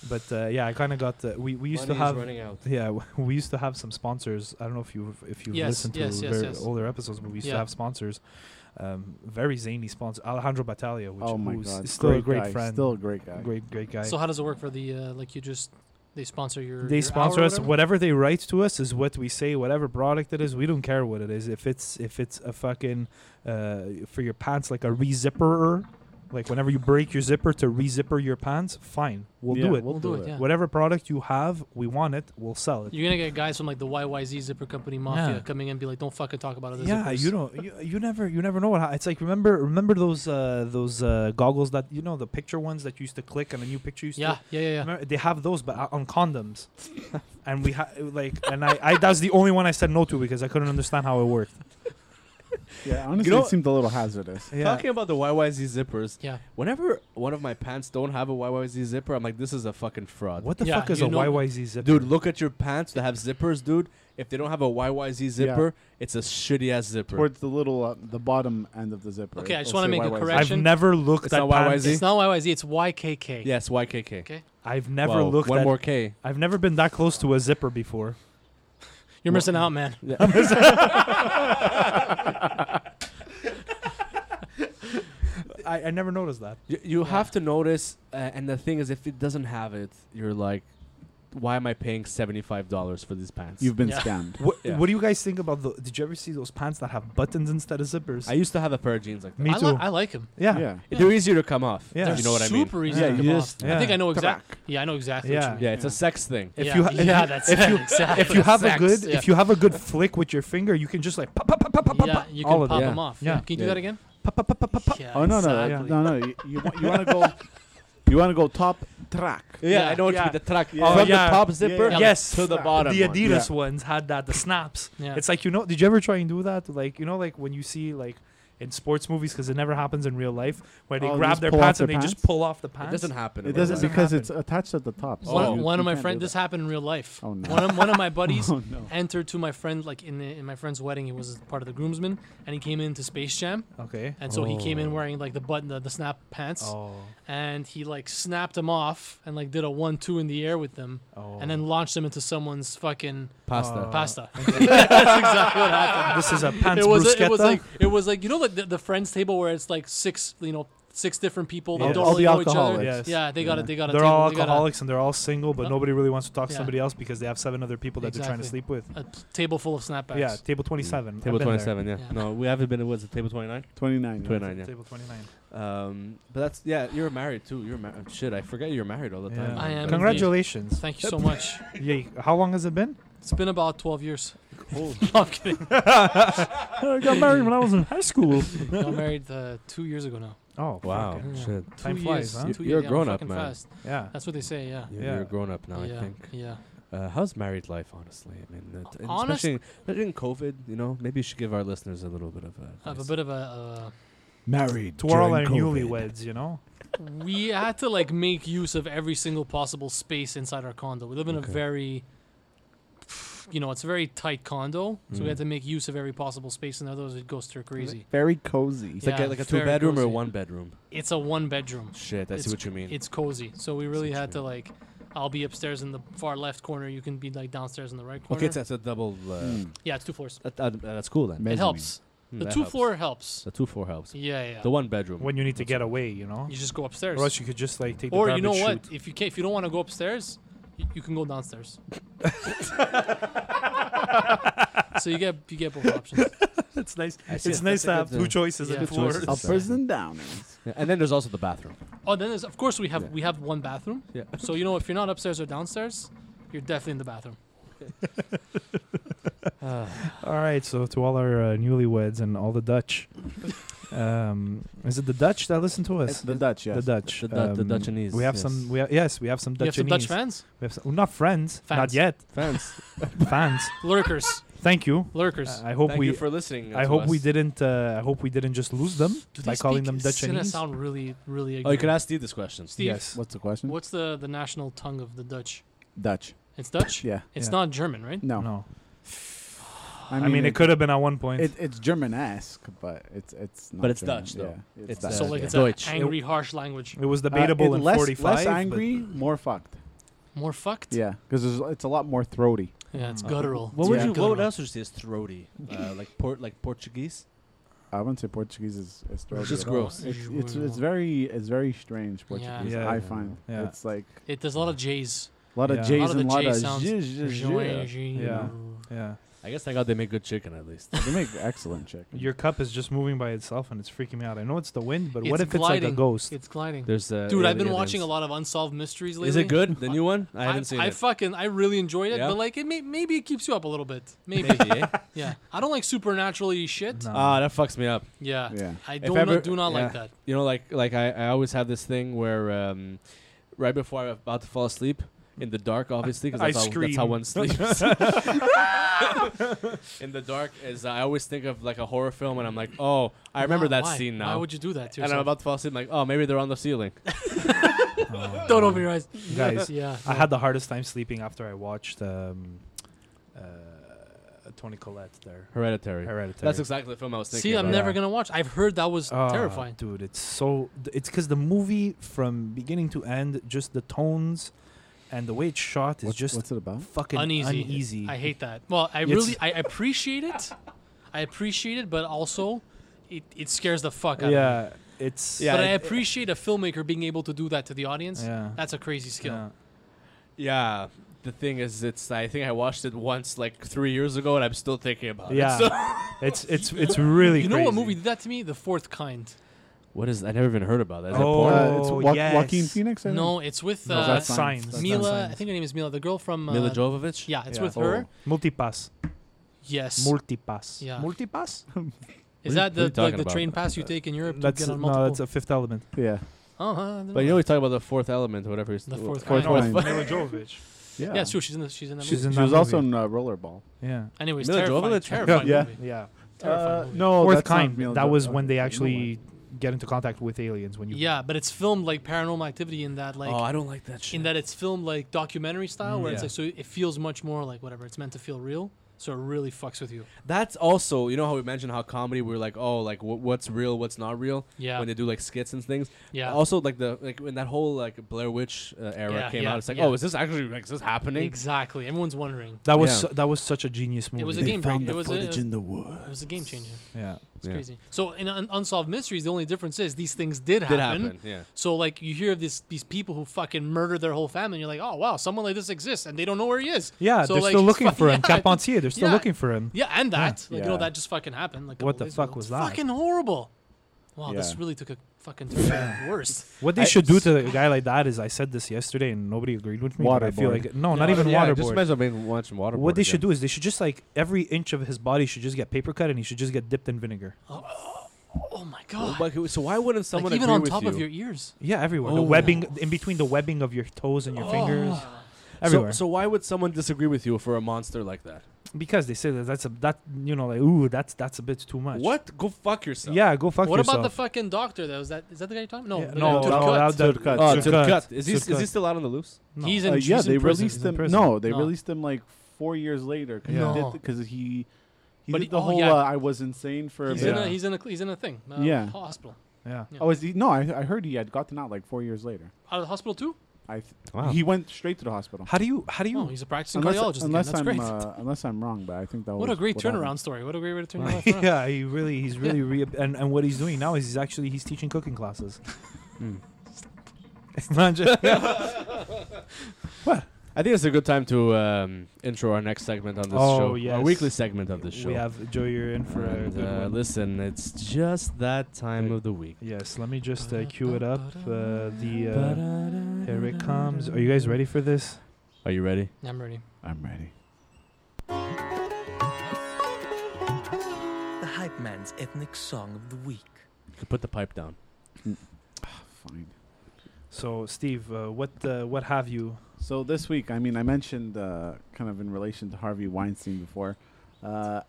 C: But uh, yeah, I kind of got. Uh, we we used to have.
A: running out.
C: Yeah, w- *laughs* we used to have some sponsors. I don't know if you if you
D: Yes,
C: listened to
D: yes, yes,
C: ver-
D: yes.
C: older episodes, but we used
D: Yeah.
C: to have sponsors. Um, very zany sponsor Alejandro Battaglia, which
B: Oh my
C: who's
B: god!
C: is still a great
B: guy.
C: friend,
B: Still a great guy.
C: great great guy.
D: So how does it work for the uh, like you just they sponsor your
C: they
D: your
C: sponsor
D: hour or
C: us.
D: whatever?
C: Whatever they write to us is what we say. Whatever product it is, we don't care what it is. If it's if it's a fucking uh, for your pants like a re-zipper, like whenever you break your zipper to re-zipper your pants, fine, we'll
B: Yeah,
C: do it.
D: We'll do it. Yeah.
C: Whatever product you have, we want it. We'll sell it.
D: You're gonna get guys from like the YYZ Zipper Company Mafia
C: Yeah.
D: coming in and be like, "Don't fucking talk about other
C: Yeah,
D: zippers."
C: you don't. You, you never. You never know what. ha- It's like remember. Remember those uh, those uh, goggles that you know the picture ones that you used to click and a new picture used
D: Yeah,
C: to.
D: yeah, yeah, yeah.
C: *laughs* Remember, they have those, but uh, on condoms. and we ha- like, and I, I that's the only one I said no to because I couldn't understand how it worked.
B: Yeah, honestly,
A: know-
B: it seemed a little hazardous.
C: Yeah.
A: Talking about the YYZ zippers,
D: Yeah.
A: whenever one of my pants don't have a YYZ zipper, I'm like, this is a fucking fraud.
C: What the
D: Yeah,
C: fuck is
D: you
C: a
D: know-
C: YYZ zipper?
A: Dude, look at your pants that have zippers, dude. If they don't have a YYZ zipper, it's a shitty ass zipper.
B: Towards the little, uh, the bottom end of the zipper.
D: Okay, I just
B: It'll
D: wanna
B: say
D: make a
B: YYZ.
D: correction.
C: I've never looked
A: It's
C: at
A: not
C: pants.
A: YYZ?
D: It's not YYZ. It's YKK.
A: yes, YKK.
D: Okay.
C: I've never
A: Wow,
C: looked
A: one
C: at.
A: more K.
C: I've never been that close to a zipper before.
D: You're missing out, man.
A: *laughs*
C: I, I never noticed that.
A: You, you have to notice, uh, and the thing is, if it doesn't have it, you're like, why am I paying seventy five dollars for these pants?
B: You've been
D: Yeah.
B: scammed.
C: What,
A: Yeah.
C: what do you guys think about the? Did you ever see those pants that have buttons instead of zippers?
A: I used to have a pair of jeans like that.
C: Me
D: I,
C: too.
D: li- I like him.
C: yeah.
B: yeah.
A: They're easier to come off.
C: Yeah.
D: They're
A: you know what I mean.
D: super easy
B: Yeah,
D: to
B: you
D: come
B: just-
D: off. I think
C: yeah.
D: I know exactly. Yeah, I know exactly.
C: Yeah.
D: What you mean.
A: Yeah, it's a sex thing.
C: If
D: yeah,
C: you ha- if
D: yeah,
C: you-
D: that's
C: if
D: it,
C: you-
D: exactly.
C: If you have
D: Sex,
C: a good,
D: yeah.
C: if you have a good flick with your finger, you can just like pop, pop, pop, pop, pop, pop,
D: yeah, you
C: all
D: can
C: of
D: pop
C: it.
A: yeah.
D: them off.
C: Yeah.
D: Can you do
A: Yeah.
D: that again?
C: pop, pop, pop, pop, pop, pop.
D: Yeah,
B: Oh no no
D: exactly.
B: no no! You, you, want, you want to go? You want to go top track?
A: yeah,
D: Yeah.
A: I know what you
C: Yeah.
A: mean, the track
C: Yeah.
A: from
C: Oh, yeah.
A: the top
C: Yeah,
A: zipper
D: yeah.
C: Yes.
A: to the bottom.
C: The
A: one.
C: Adidas ones had that, the snaps.
D: Yeah.
C: It's like you know. Did you ever try and do that? Like you know, like when you see like in sports movies because it never happens in real life where they
B: Oh,
C: grab
B: just
C: their
B: pull off
C: pants and
B: their
C: they just
B: pants?
C: pull off the pants.
A: It doesn't happen. in
B: It
A: real life.
B: doesn't because
C: happen.
B: it's attached at the top.
D: One
B: you-
D: one
B: you
D: of my
B: can't
D: friends.
B: do
D: This
B: that.
D: happened in real life.
B: Oh, no.
D: One of one of my buddies
B: Oh no!
D: entered to my friend like in, the, in my friend's wedding. He was part of the groomsmen, and he came into Space Jam,
C: Okay.
D: and so he came in
A: Oh.
D: wearing like the button, the, the snap pants,
C: Oh.
D: and he like snapped them off and like did a one-two in the air with them,
C: Oh.
D: and then launched them into someone's fucking
A: pasta.
C: Uh,
D: pasta. Oh. *laughs* That's exactly what happened.
C: this is a pants
D: it was it was
C: bruschetta?
D: like it was like you know like the, the friends table where it's like six you know six different people that
C: Yeah.
D: don't
C: All
D: really
B: the
D: know each other.
B: alcoholics.
C: Yes.
D: Yeah, they got it. They got a
C: they're
D: table.
C: all
D: they got a-
C: alcoholics and they're all single, but
D: Uh,
C: nobody really wants to talk to
D: yeah.
C: somebody else because they have seven other people that they're trying to
D: Exactly.
C: sleep with.
D: a, table full of snapbacks.
C: Yeah, table 27. I've
A: Mm. Table
C: been there.
A: twenty seven. Yeah.
D: Yeah.
A: No, we haven't been. Was it table twenty nine?
B: Twenty nine.
A: Twenty nine. Yeah.
C: Table 29.
A: Um, but that's yeah. You're married too. You're married. Shit, I forget you're married all the time.
C: Yeah.
D: I am
C: Congratulations.
D: Thank you so much.
C: Yay. How long has it
D: *laughs*
C: been? *laughs*
D: It's been about 12 years. No, I'm kidding.
C: I got married when I was in high school.
D: Got married uh, two years ago now.
C: Oh,
A: Wow.
C: fuck it.
D: Yeah.
A: Shit.
D: Two
C: Time
D: years,
C: flies, huh?
D: two
A: You- you're
D: years,
A: a
D: yeah,
A: grown-up,
D: fucking
A: man.
D: fast.
C: Yeah.
D: That's what they say. Yeah.
A: You're,
C: Yeah.
A: you're grown up now.
D: yeah.
A: I think.
D: Yeah.
A: Uh, how's married life, honestly? I mean, uh, and
D: Honest-
A: especially, especially in COVID, you know, maybe you should give our listeners a little bit of a.
D: I have a uh, bit of a.
B: Married.
C: To all our
B: during COVID.
C: newlyweds, you know?
D: Uh, we had to like make use of every single possible space inside our condo. We live in
A: Okay.
D: a very, you know, it's a very tight condo, so
A: Mm.
D: we had to make use of every possible space, and otherwise it goes stir crazy.
B: Very cozy.
A: It's like
D: Yeah,
A: a, like a two
D: very
A: bedroom or
D: cozy.
A: one bedroom.
D: It's a one bedroom.
A: Shit, I see
D: It's-
A: what you mean.
D: It's cozy, so we really had to
A: true.
D: like. I'll be upstairs in the far left corner. You can be like downstairs in the right corner.
A: okay, it's, it's a double. Uh,
B: Mm.
D: yeah, it's two floors.
A: that, that- that's cool then.
D: It
B: Mezzanine.
D: helps.
A: Mm,
D: The
A: that
D: two
A: helps.
D: floor helps.
A: The two floor helps.
D: Yeah, yeah.
A: The one bedroom.
C: When you need to get away, you know?
D: you just go upstairs.
C: Or else you could just, like, take the
D: or
C: garbage
D: you know what?
C: chute. *laughs*
D: If you can, if you don't want to go upstairs, you, you can go downstairs. so you get you get
A: *laughs*
D: both options.
C: It's nice.
A: I see.
C: It's nice to
A: That's a
C: have
A: good, uh,
C: two choices
D: yeah.
C: and
D: Good
C: floors.
A: choices.
B: Uppers and downers.
A: Yeah, and then there's also the
D: *sighs*
A: bathroom.
D: Oh, then there's, of course we have
A: Yeah.
D: we have one bathroom.
A: Yeah.
D: So you know if you're not upstairs or downstairs, you're definitely in the bathroom.
C: *laughs* All right, so to all our uh, newlyweds and all the Dutch, um, is it the Dutch that listen to us?
B: The Dutch. Yes.
C: The Dutch, Um,
A: The Dut- the Dutchanese,
C: We have
A: yes.
C: some. We ha- yes, we have some Dutchanese.
D: you have some Dutch fans,
C: We have some, well, not friends, not
D: Fans.
C: yet.
A: Fans,
C: fans.
A: *laughs*
D: lurkers,
C: Thank you.
D: lurkers.
C: I I hope
A: thank
C: we.
A: you for listening. uh,
C: I
A: to
C: hope we
A: us.
C: didn't. Uh, I hope we didn't just lose them
D: Do they
C: by calling
D: speak-
C: them
D: It's gonna
C: Dutchanese.
D: sound really really. Ignorant.
A: Oh, you could ask Steve this question.
D: Steve.
C: Yes.
B: What's the question?
D: What's the the national tongue of the Dutch?
B: Dutch.
D: It's Dutch.
B: Yeah.
D: It's
C: Yeah.
D: not German, right?
B: No.
C: No.
B: I
C: I mean, it, could have been at one point.
B: It, it's German-esque, but it's it's. Not
A: But it's
B: German,
A: Dutch, though.
B: Yeah,
A: It's
B: Dutch.
D: So
A: Dutch,
D: like
A: Uh, yeah.
D: it's
A: Deutsch.
D: an angry, harsh language.
C: it was
B: Uh,
C: debatable
B: it
C: in
B: less,
C: 45.
B: Less
C: but-
B: angry, more fucked.
D: More fucked.
B: Yeah, because it's a lot more throaty.
D: Yeah, it's
A: Uh-huh.
C: Mm.
D: guttural.
A: What
D: It's
A: would
D: very
A: you? What would
D: guttural.
A: else would you say is throaty? Uh, like port, like Portuguese.
B: I wouldn't say Portuguese is, is throaty.
A: just
B: at all.
A: gross.
B: It's, it's it's very it's very strange Portuguese.
C: Yeah.
B: I find
C: Yeah.
B: it's like
D: It there's a lot of J's.
B: a lot
C: Yeah.
B: of
C: A
B: J's
D: lot of the
B: and a lot
D: J
B: of
D: sounds.
B: zhuzh, zhuzh, zhuzh.
C: Yeah. *laughs* Yeah.
A: I guess I got they make good chicken at least.
B: They make excellent chicken.
C: Your cup is just moving by itself, and it's freaking me out. I know it's the wind, but what
D: It's
C: if it's like a
D: gliding.
C: ghost?
D: It's gliding.
A: There's uh,
D: Dude,
A: yeah,
D: I've
A: the
D: been watching
A: aliens.
D: a lot of unsolved mysteries lately.
A: Is it good? The new one? I haven't seen
D: I
A: it. *laughs*
D: fucking I really enjoyed it,
A: Yeah?
D: but like it may, maybe it keeps you up a little bit. Maybe.
A: Maybe. eh?
D: yeah. *laughs* I don't like supernaturally shit.
C: No.
A: Ah, that fucks me up.
D: Yeah.
B: Yeah.
D: I
A: If
D: do
A: ever-
D: not do not like
A: yeah.
D: that.
A: You know, like like I, I always have this thing where um, right before I'm about to fall asleep in the dark, obviously,
C: I
A: because that's, how- that's how
C: scream.
A: one sleeps. *laughs* in the dark is I always think of like a horror film, and I'm like, oh, I remember
D: Why-
A: that
D: why?
A: scene
D: Why
A: now.
D: would you do that to
A: and I'm
D: yourself?
A: about to fall asleep, like, oh, maybe they're on the ceiling.
C: Oh,
D: *laughs* Don't
C: God. *laughs*
D: open your eyes. *laughs*
C: Guys,
D: Yeah.
C: I had the hardest time sleeping after I watched um, uh, Tony Collette there.
A: Hereditary.
C: Hereditary.
A: That's exactly the film I was thinking.
D: See, I'm
A: about.
D: never
C: Yeah.
D: gonna watch. I've heard that was
C: Ah,
D: terrifying.
C: dude. It's so th- it's because the movie from beginning to end, just the tones, and the way it's shot is
B: What's,
C: just
B: what's it about?
C: fucking
D: uneasy.
C: uneasy.
D: I hate that. Well, I
C: It's-
D: really I appreciate it. I appreciate it, but also it, it scares the fuck out of me.
C: Yeah, it's
A: Yeah,
D: but I
A: it-
D: appreciate a filmmaker being able to do that to the audience.
C: Yeah.
D: That's a crazy skill.
C: yeah.
A: Yeah. The thing is, it's I think I watched it once like three years ago, and I'm still thinking about
C: Yeah.
A: it. So. *laughs*
C: it's it's it's really.
D: You know what
C: crazy.
D: movie did that to me? The Fourth Kind.
A: What is? I never even heard about that. Is that
C: Oh,
A: porn?
B: uh, it's Wa-
C: yes.
B: Joaquin Phoenix. I think?
D: No, it's with
C: No,
D: uh,
C: that's
B: Signs.
C: signs.
B: That's
D: Mila.
B: Signs.
D: I think her name is Mila. The girl from uh,
A: Mila Oh. Jovovich.
D: Yeah, it's
C: Yeah.
D: with her.
C: Multipass.
D: Yes.
C: Multipass.
D: Yeah.
C: Multipass.
D: is
A: What are you-
D: that
A: what are
D: the
A: you
D: like
A: talking
D: the
A: about?
D: train pass you take in Europe
C: That's
D: to get on
C: no,
D: multiple?
C: that's a Fifth Element.
B: Yeah.
D: oh, huh, I don't
A: But
D: know.
A: you always talk about the fourth element, whatever. It's
D: The Fourth
A: fourth
D: Kind.
B: Kind.
A: fourth-
C: Mila Jovovich.
B: Yeah.
D: yeah, it's true. She's in. The, she's in. That
C: She's
D: movie.
C: in
B: She
C: that
B: was also
C: movie.
B: in uh, Rollerball.
C: yeah.
D: Anyways,
A: Mila
D: terrifying.
A: Jovovich?
D: Terrifying.
B: Yeah.
D: movie.
C: Yeah. Uh,
D: Terrifying movie.
B: no,
C: Fourth
B: that's not
C: kind.
B: Mila
C: That was
B: Jovovich.
C: when they
B: No
C: actually
B: way.
C: get into contact with aliens. When you
D: Yeah, but it's filmed like Paranormal Activity in that like
A: oh, I don't like that shit.
D: in that it's filmed like documentary style,
C: Mm.
D: where it's
A: Yeah.
D: like so it feels much more like whatever it's meant to feel real. So it really fucks with you.
A: That's also, you know how we mentioned how comedy we are like, oh, like wh- what's real, what's not real.
D: Yeah.
A: When they do like skits and things.
D: Yeah.
A: Also, like the like when that whole like Blair Witch uh, era
D: Yeah,
A: came
D: yeah,
A: out, it's like,
D: yeah.
A: oh, is this actually like is this happening?
D: Exactly. Everyone's wondering.
C: that was
A: Yeah.
C: su- that was such a genius movie.
D: It was a
B: They
D: game
B: found
D: breaker. It
B: the
D: was a,
B: footage
D: it
B: in the woods.
D: was a game changer.
C: Yeah.
D: It's
A: Yeah.
D: crazy. So in un- unsolved mysteries, the only difference is these things did happen.
A: Did happen? Yeah.
D: So like you hear of this these people who fucking murder their whole family, and you're like, oh wow, someone like this exists, and they don't know where he is.
C: Yeah.
D: So,
C: they're
D: like, *laughs*
C: still
D: it's
C: looking
D: fucking-
C: for him.
D: yeah,
C: Carpentier. They're still
D: yeah.
C: looking for him.
D: Yeah, and that like you know
B: Yeah.
D: that just fucking happened. Like a
C: What
D: couple
C: the
D: days
C: fuck
D: ago.
C: was
D: It's
C: that?
D: Fucking horrible. Wow, this
B: Yeah.
D: really took a fucking turn. for
C: *sighs*
D: the Worst.
C: What they should do to a guy like that is, I said this yesterday and nobody agreed with me. but I feel
B: Waterboard.
C: like no, not even
A: yeah, Just
C: waterboard.
A: imagine being watching waterboard.
C: What they should do is they should just like every inch of his body should just get paper cut and he should just get dipped in vinegar.
D: Oh my god.
A: so why wouldn't someone
D: like even
A: agree
D: on
A: with
D: top
A: you?
D: of your ears.
C: Yeah, everywhere. The
A: Oh.
C: webbing in between the webbing of your toes and your fingers.
A: so,
C: Everywhere.
A: so why would someone disagree with you for a monster like that?
C: because they say that that's a that you know like ooh that's that's a bit too much.
A: What? Go fuck yourself.
C: Yeah, go fuck
D: what
C: yourself.
D: about the fucking doctor though? Is that is that the guy you're talking? No,
C: Yeah,
D: the guy
C: no,
D: who took
C: no,
D: cuts.
C: that-
B: Dude cut.
A: Oh,
C: Dude
A: to
C: cut.
A: cut. Is he
C: Dude
A: is he
C: cut.
A: still out on the loose?
C: No.
D: He's
B: Uh,
D: in.
B: yeah,
D: he's
B: they
D: in prison.
B: released
C: He's in
B: him.
C: prison.
B: No, they
D: No.
B: released him like four years later because
D: Yeah. No.
B: he, did- 'cause he, he
D: But
B: did
D: he-
B: the
D: oh,
B: whole
D: yeah.
B: uh, "I was insane" for a
D: He's
B: bit.
D: in a he's in a he's in a thing. Uh,
B: Yeah.
D: Hospital.
C: yeah.
D: Yeah.
B: Oh, is he? No, I, I heard he had gotten out like four years later.
D: Out of the hospital too?
B: I th-
A: Wow.
B: he went straight to the hospital.
C: How do you how do you
D: Oh, he's a practicing
B: Unless,
D: cardiologist. again.
B: unless
D: That's
B: I'm
D: great.
B: Uh, unless I'm wrong, but I think that was
D: what a great turnaround
B: happened.
D: story. What a great way to
C: *laughs*
D: turn your life around.
C: yeah, he really
D: *laughs*
C: he's really re- and, and what he's doing now is he's actually he's teaching cooking classes. *laughs*
D: Hmm.
C: It's not just
A: I think it's a good time to um, intro our next segment on this
C: Oh,
A: show. Our
C: yes.
A: weekly segment of this show.
C: we have Joe you're in for a
A: And,
C: good
A: uh,
C: one.
A: listen, it's just that time of the week.
C: Yes, let me just uh, cue it up. Uh, the uh, here it comes. Are you guys ready for this?
A: Are you ready?
D: I'm ready.
B: I'm ready.
E: The Hype Man's Ethnic Song of the Week.
A: You can put the pipe down.
B: Ah, Fine.
C: So, Steve, uh, what uh, what have you?
B: So this week, I mean, I mentioned uh, kind of in relation to Harvey Weinstein before. Uh,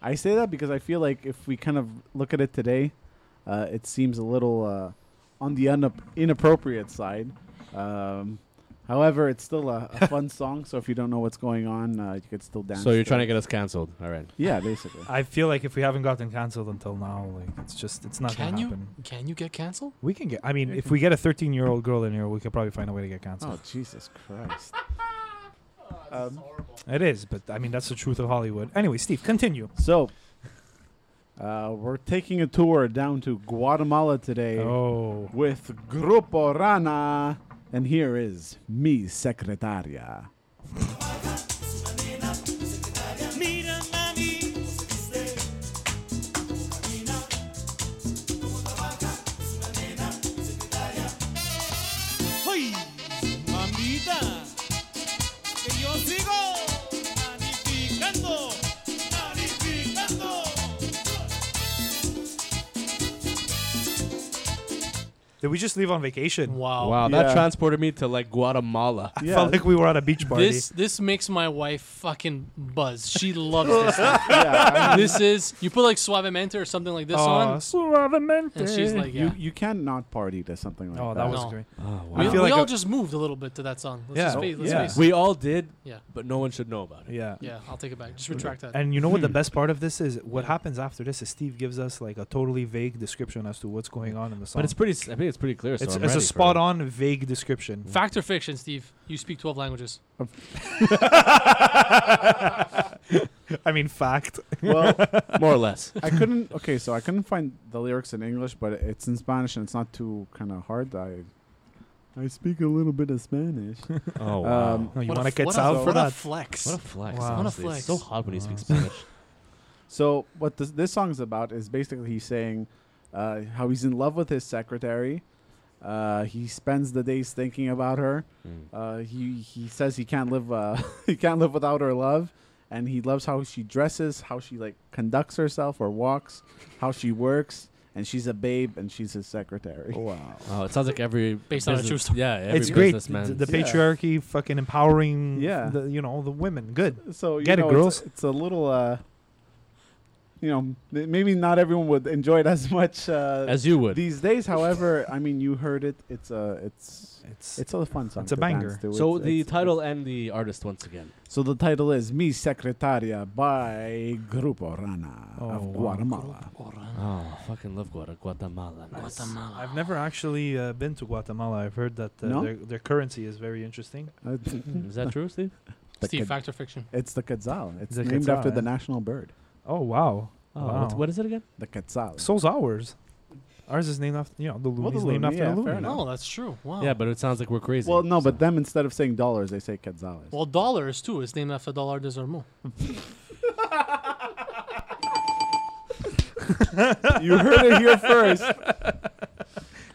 B: I say that because I feel like if we kind of look at it today, uh, it seems a little uh, on the unap inappropriate side. Um, however, it's still a, a fun *laughs* song, so if you don't know what's going on, uh, you could still dance.
A: So you're trying to get us canceled. All right.
B: yeah, basically.
C: I feel like if we haven't gotten canceled until now, like it's just it's not
D: Can
C: gonna
D: you?
C: happen.
D: Can you get canceled?
C: We can get. I mean,
B: Yeah,
C: if
B: can-
C: we get a 13 year old girl in here, we could probably find a way to get canceled.
B: Oh Jesus
C: *laughs*
B: Christ! Um,
D: Oh.
C: It is, but I mean that's the truth of Hollywood. Anyway, Steve, continue.
B: so uh, we're taking a tour down to Guatemala today.
C: Oh,
B: with Grupo Rana. And here is Mi Secretaria.
G: Mira, mami, ¡Uy! Mamita, que yo sigo planificando, planificando.
C: did we just leave on vacation?
D: Wow.
A: Wow, that
B: Yeah.
A: transported me to like
C: *laughs*
A: Guatemala.
C: I felt like we were at a beach party.
D: This this makes my wife fucking buzz. She loves this. stuff.
B: yeah,
D: this is you put like Suavemente or something like this
C: oh,
D: on,
C: suavemente.
D: and she's like, yeah.
B: You, you can't not party to something like
C: oh,
B: that.
C: that was
D: No.
C: great.
A: Oh,
D: we
C: I feel
D: we
C: like
D: all
C: a-
D: just moved a little bit to that song. Let's
C: Yeah.
D: just face, let's
C: Yeah.
D: face.
A: We all did,
D: Yeah.
A: but no one should know about it.
C: Yeah.
D: Yeah, I'll take it back. Just retract that.
C: And you know what the best part of this is? What happens after this is Steve gives us like a totally vague description as to what's going on in the song.
A: But it's pretty. s- I mean, it's pretty clear. So
C: It's,
A: I'm
C: it's a
A: ready for
C: spot
A: it.
C: on vague description.
D: Fact or fiction, Steve? You speak 12 languages.
C: *laughs* I mean, fact. Oh,
B: Well,
C: *laughs*
A: more or less.
B: I couldn't. Okay, so I couldn't find the lyrics in English, but it's in Spanish and it's not too kind of hard. I I speak a little bit of Spanish.
A: Oh wow.
B: Um,
C: No, you
D: What a
C: want to
D: f-
C: get
D: what a-
C: out for
D: What a
C: that?
D: flex.
A: *laughs* what a flex!
C: Wow. What a
A: honestly. It's so
D: flex.
A: hard when you speak
C: *laughs*
A: Spanish.
B: So what this this song's about is basically he's saying uh, how he's in love with his secretary. Uh, he spends the days thinking about her.
A: Mm.
B: Uh, he he says he can't live uh, *laughs* he can't live without her love, and he loves how she dresses, how she like conducts herself or walks, how she works, and she's a babe and she's his secretary.
C: Wow.
A: Oh, it sounds like every
D: *laughs* Based on a true
A: business-
D: story.
A: Yeah, every
C: It's great.
A: businessman.
C: The, the
B: Yeah.
C: patriarchy fucking empowering,
B: Yeah.
C: the, you know, the women. Good.
B: *laughs* So you
C: Get it,
B: know,
C: girls.
B: It's, it's a little uh, you know m- maybe not everyone would enjoy it as much uh,
A: as you would.
B: these days. However, I mean you heard it. It's a it's
C: It's,
B: It's a fun song.
C: It's a
B: to dance
C: banger.
B: to.
A: so
B: It's-
A: the
B: it's-
A: title and the artist once again.
B: So the title is "Mi Secretaria" by Grupo Rana
C: Oh,
B: of
C: wow.
B: Guatemala.
A: Oh, fucking love Guatemala. Guatemala. Nice.
D: Guatemala.
C: I've never actually uh, been to Guatemala. I've heard that uh,
B: No?
C: their, their currency is very interesting.
A: Is that true,
C: *laughs*
A: Steve?
B: The
D: Steve,
B: Quet-
D: fact or fiction?
B: it's the quetzal. It's
C: The
B: named
C: quetzal,
B: after
C: eh?
B: the national bird,
C: Oh, wow.
A: Oh,
C: Wow.
A: what- what is it again?
B: the quetzal.
C: So's ours. Ours is named after, you know, the
B: Well,
C: Looney's
B: the
C: named
B: Looney,
C: after
B: yeah,
C: the
B: fair
C: Looney.
B: enough.
D: No, that's true. Wow.
A: Yeah, but it sounds like we're crazy.
B: well, no,
A: so-
B: but them instead of saying dollars, they say quetzales.
D: Well, dollars too is named after Dollar des Ormeaux.
B: you heard it here first.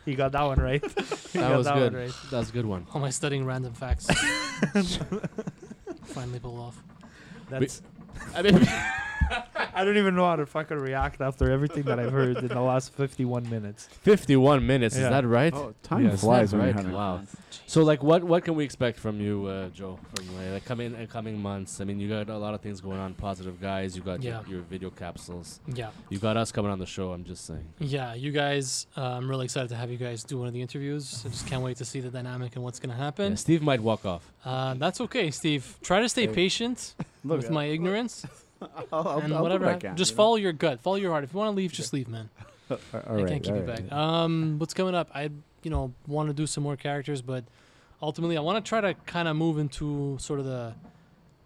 C: He got that one
B: *laughs*
C: right. He
A: that
C: got
A: was
C: that
A: good.
C: one right.
A: That was a good
D: *laughs*
A: one.
D: Am I studying random facts? Finally pull off.
C: That's,
A: I
D: *laughs*
A: mean,
C: I don't even know how to fucking react after everything that I've heard in the last 51 minutes.
A: 51 minutes.
C: Yeah.
A: Is that right?
B: Oh, time
A: Yes,
B: flies
A: that's
B: when you're
A: right.
B: having
A: Wow.
B: fun.
A: So, like, what what can we expect from you, uh, Joe, from uh, the coming uh, coming months? I mean, you got a lot of things going on. Positive guys. You got
D: Yeah.
A: your, your video capsules.
D: Yeah,
A: You got us coming on the show. I'm just saying.
D: yeah. You guys, uh, I'm really excited to have you guys do one of the interviews. I just can't wait to see the dynamic and what's gonna
A: Yeah,
D: happen.
A: Steve might walk off.
D: Uh, that's okay, Steve. Try to stay
B: Hey. *laughs*
D: patient
B: Look,
D: with my ignorance
B: I'll, I'll, I'll
D: and
B: do what
D: whatever.
B: I
D: hap-
B: can,
D: just
B: you know?
D: follow your gut, follow your heart. If you want to leave, just leave, man.
B: All
D: I
B: right,
D: can't keep
B: all
D: you
B: right.
D: back. Um, what's coming up? I you know want to do some more characters, but ultimately I want to try to kind of move into sort of the,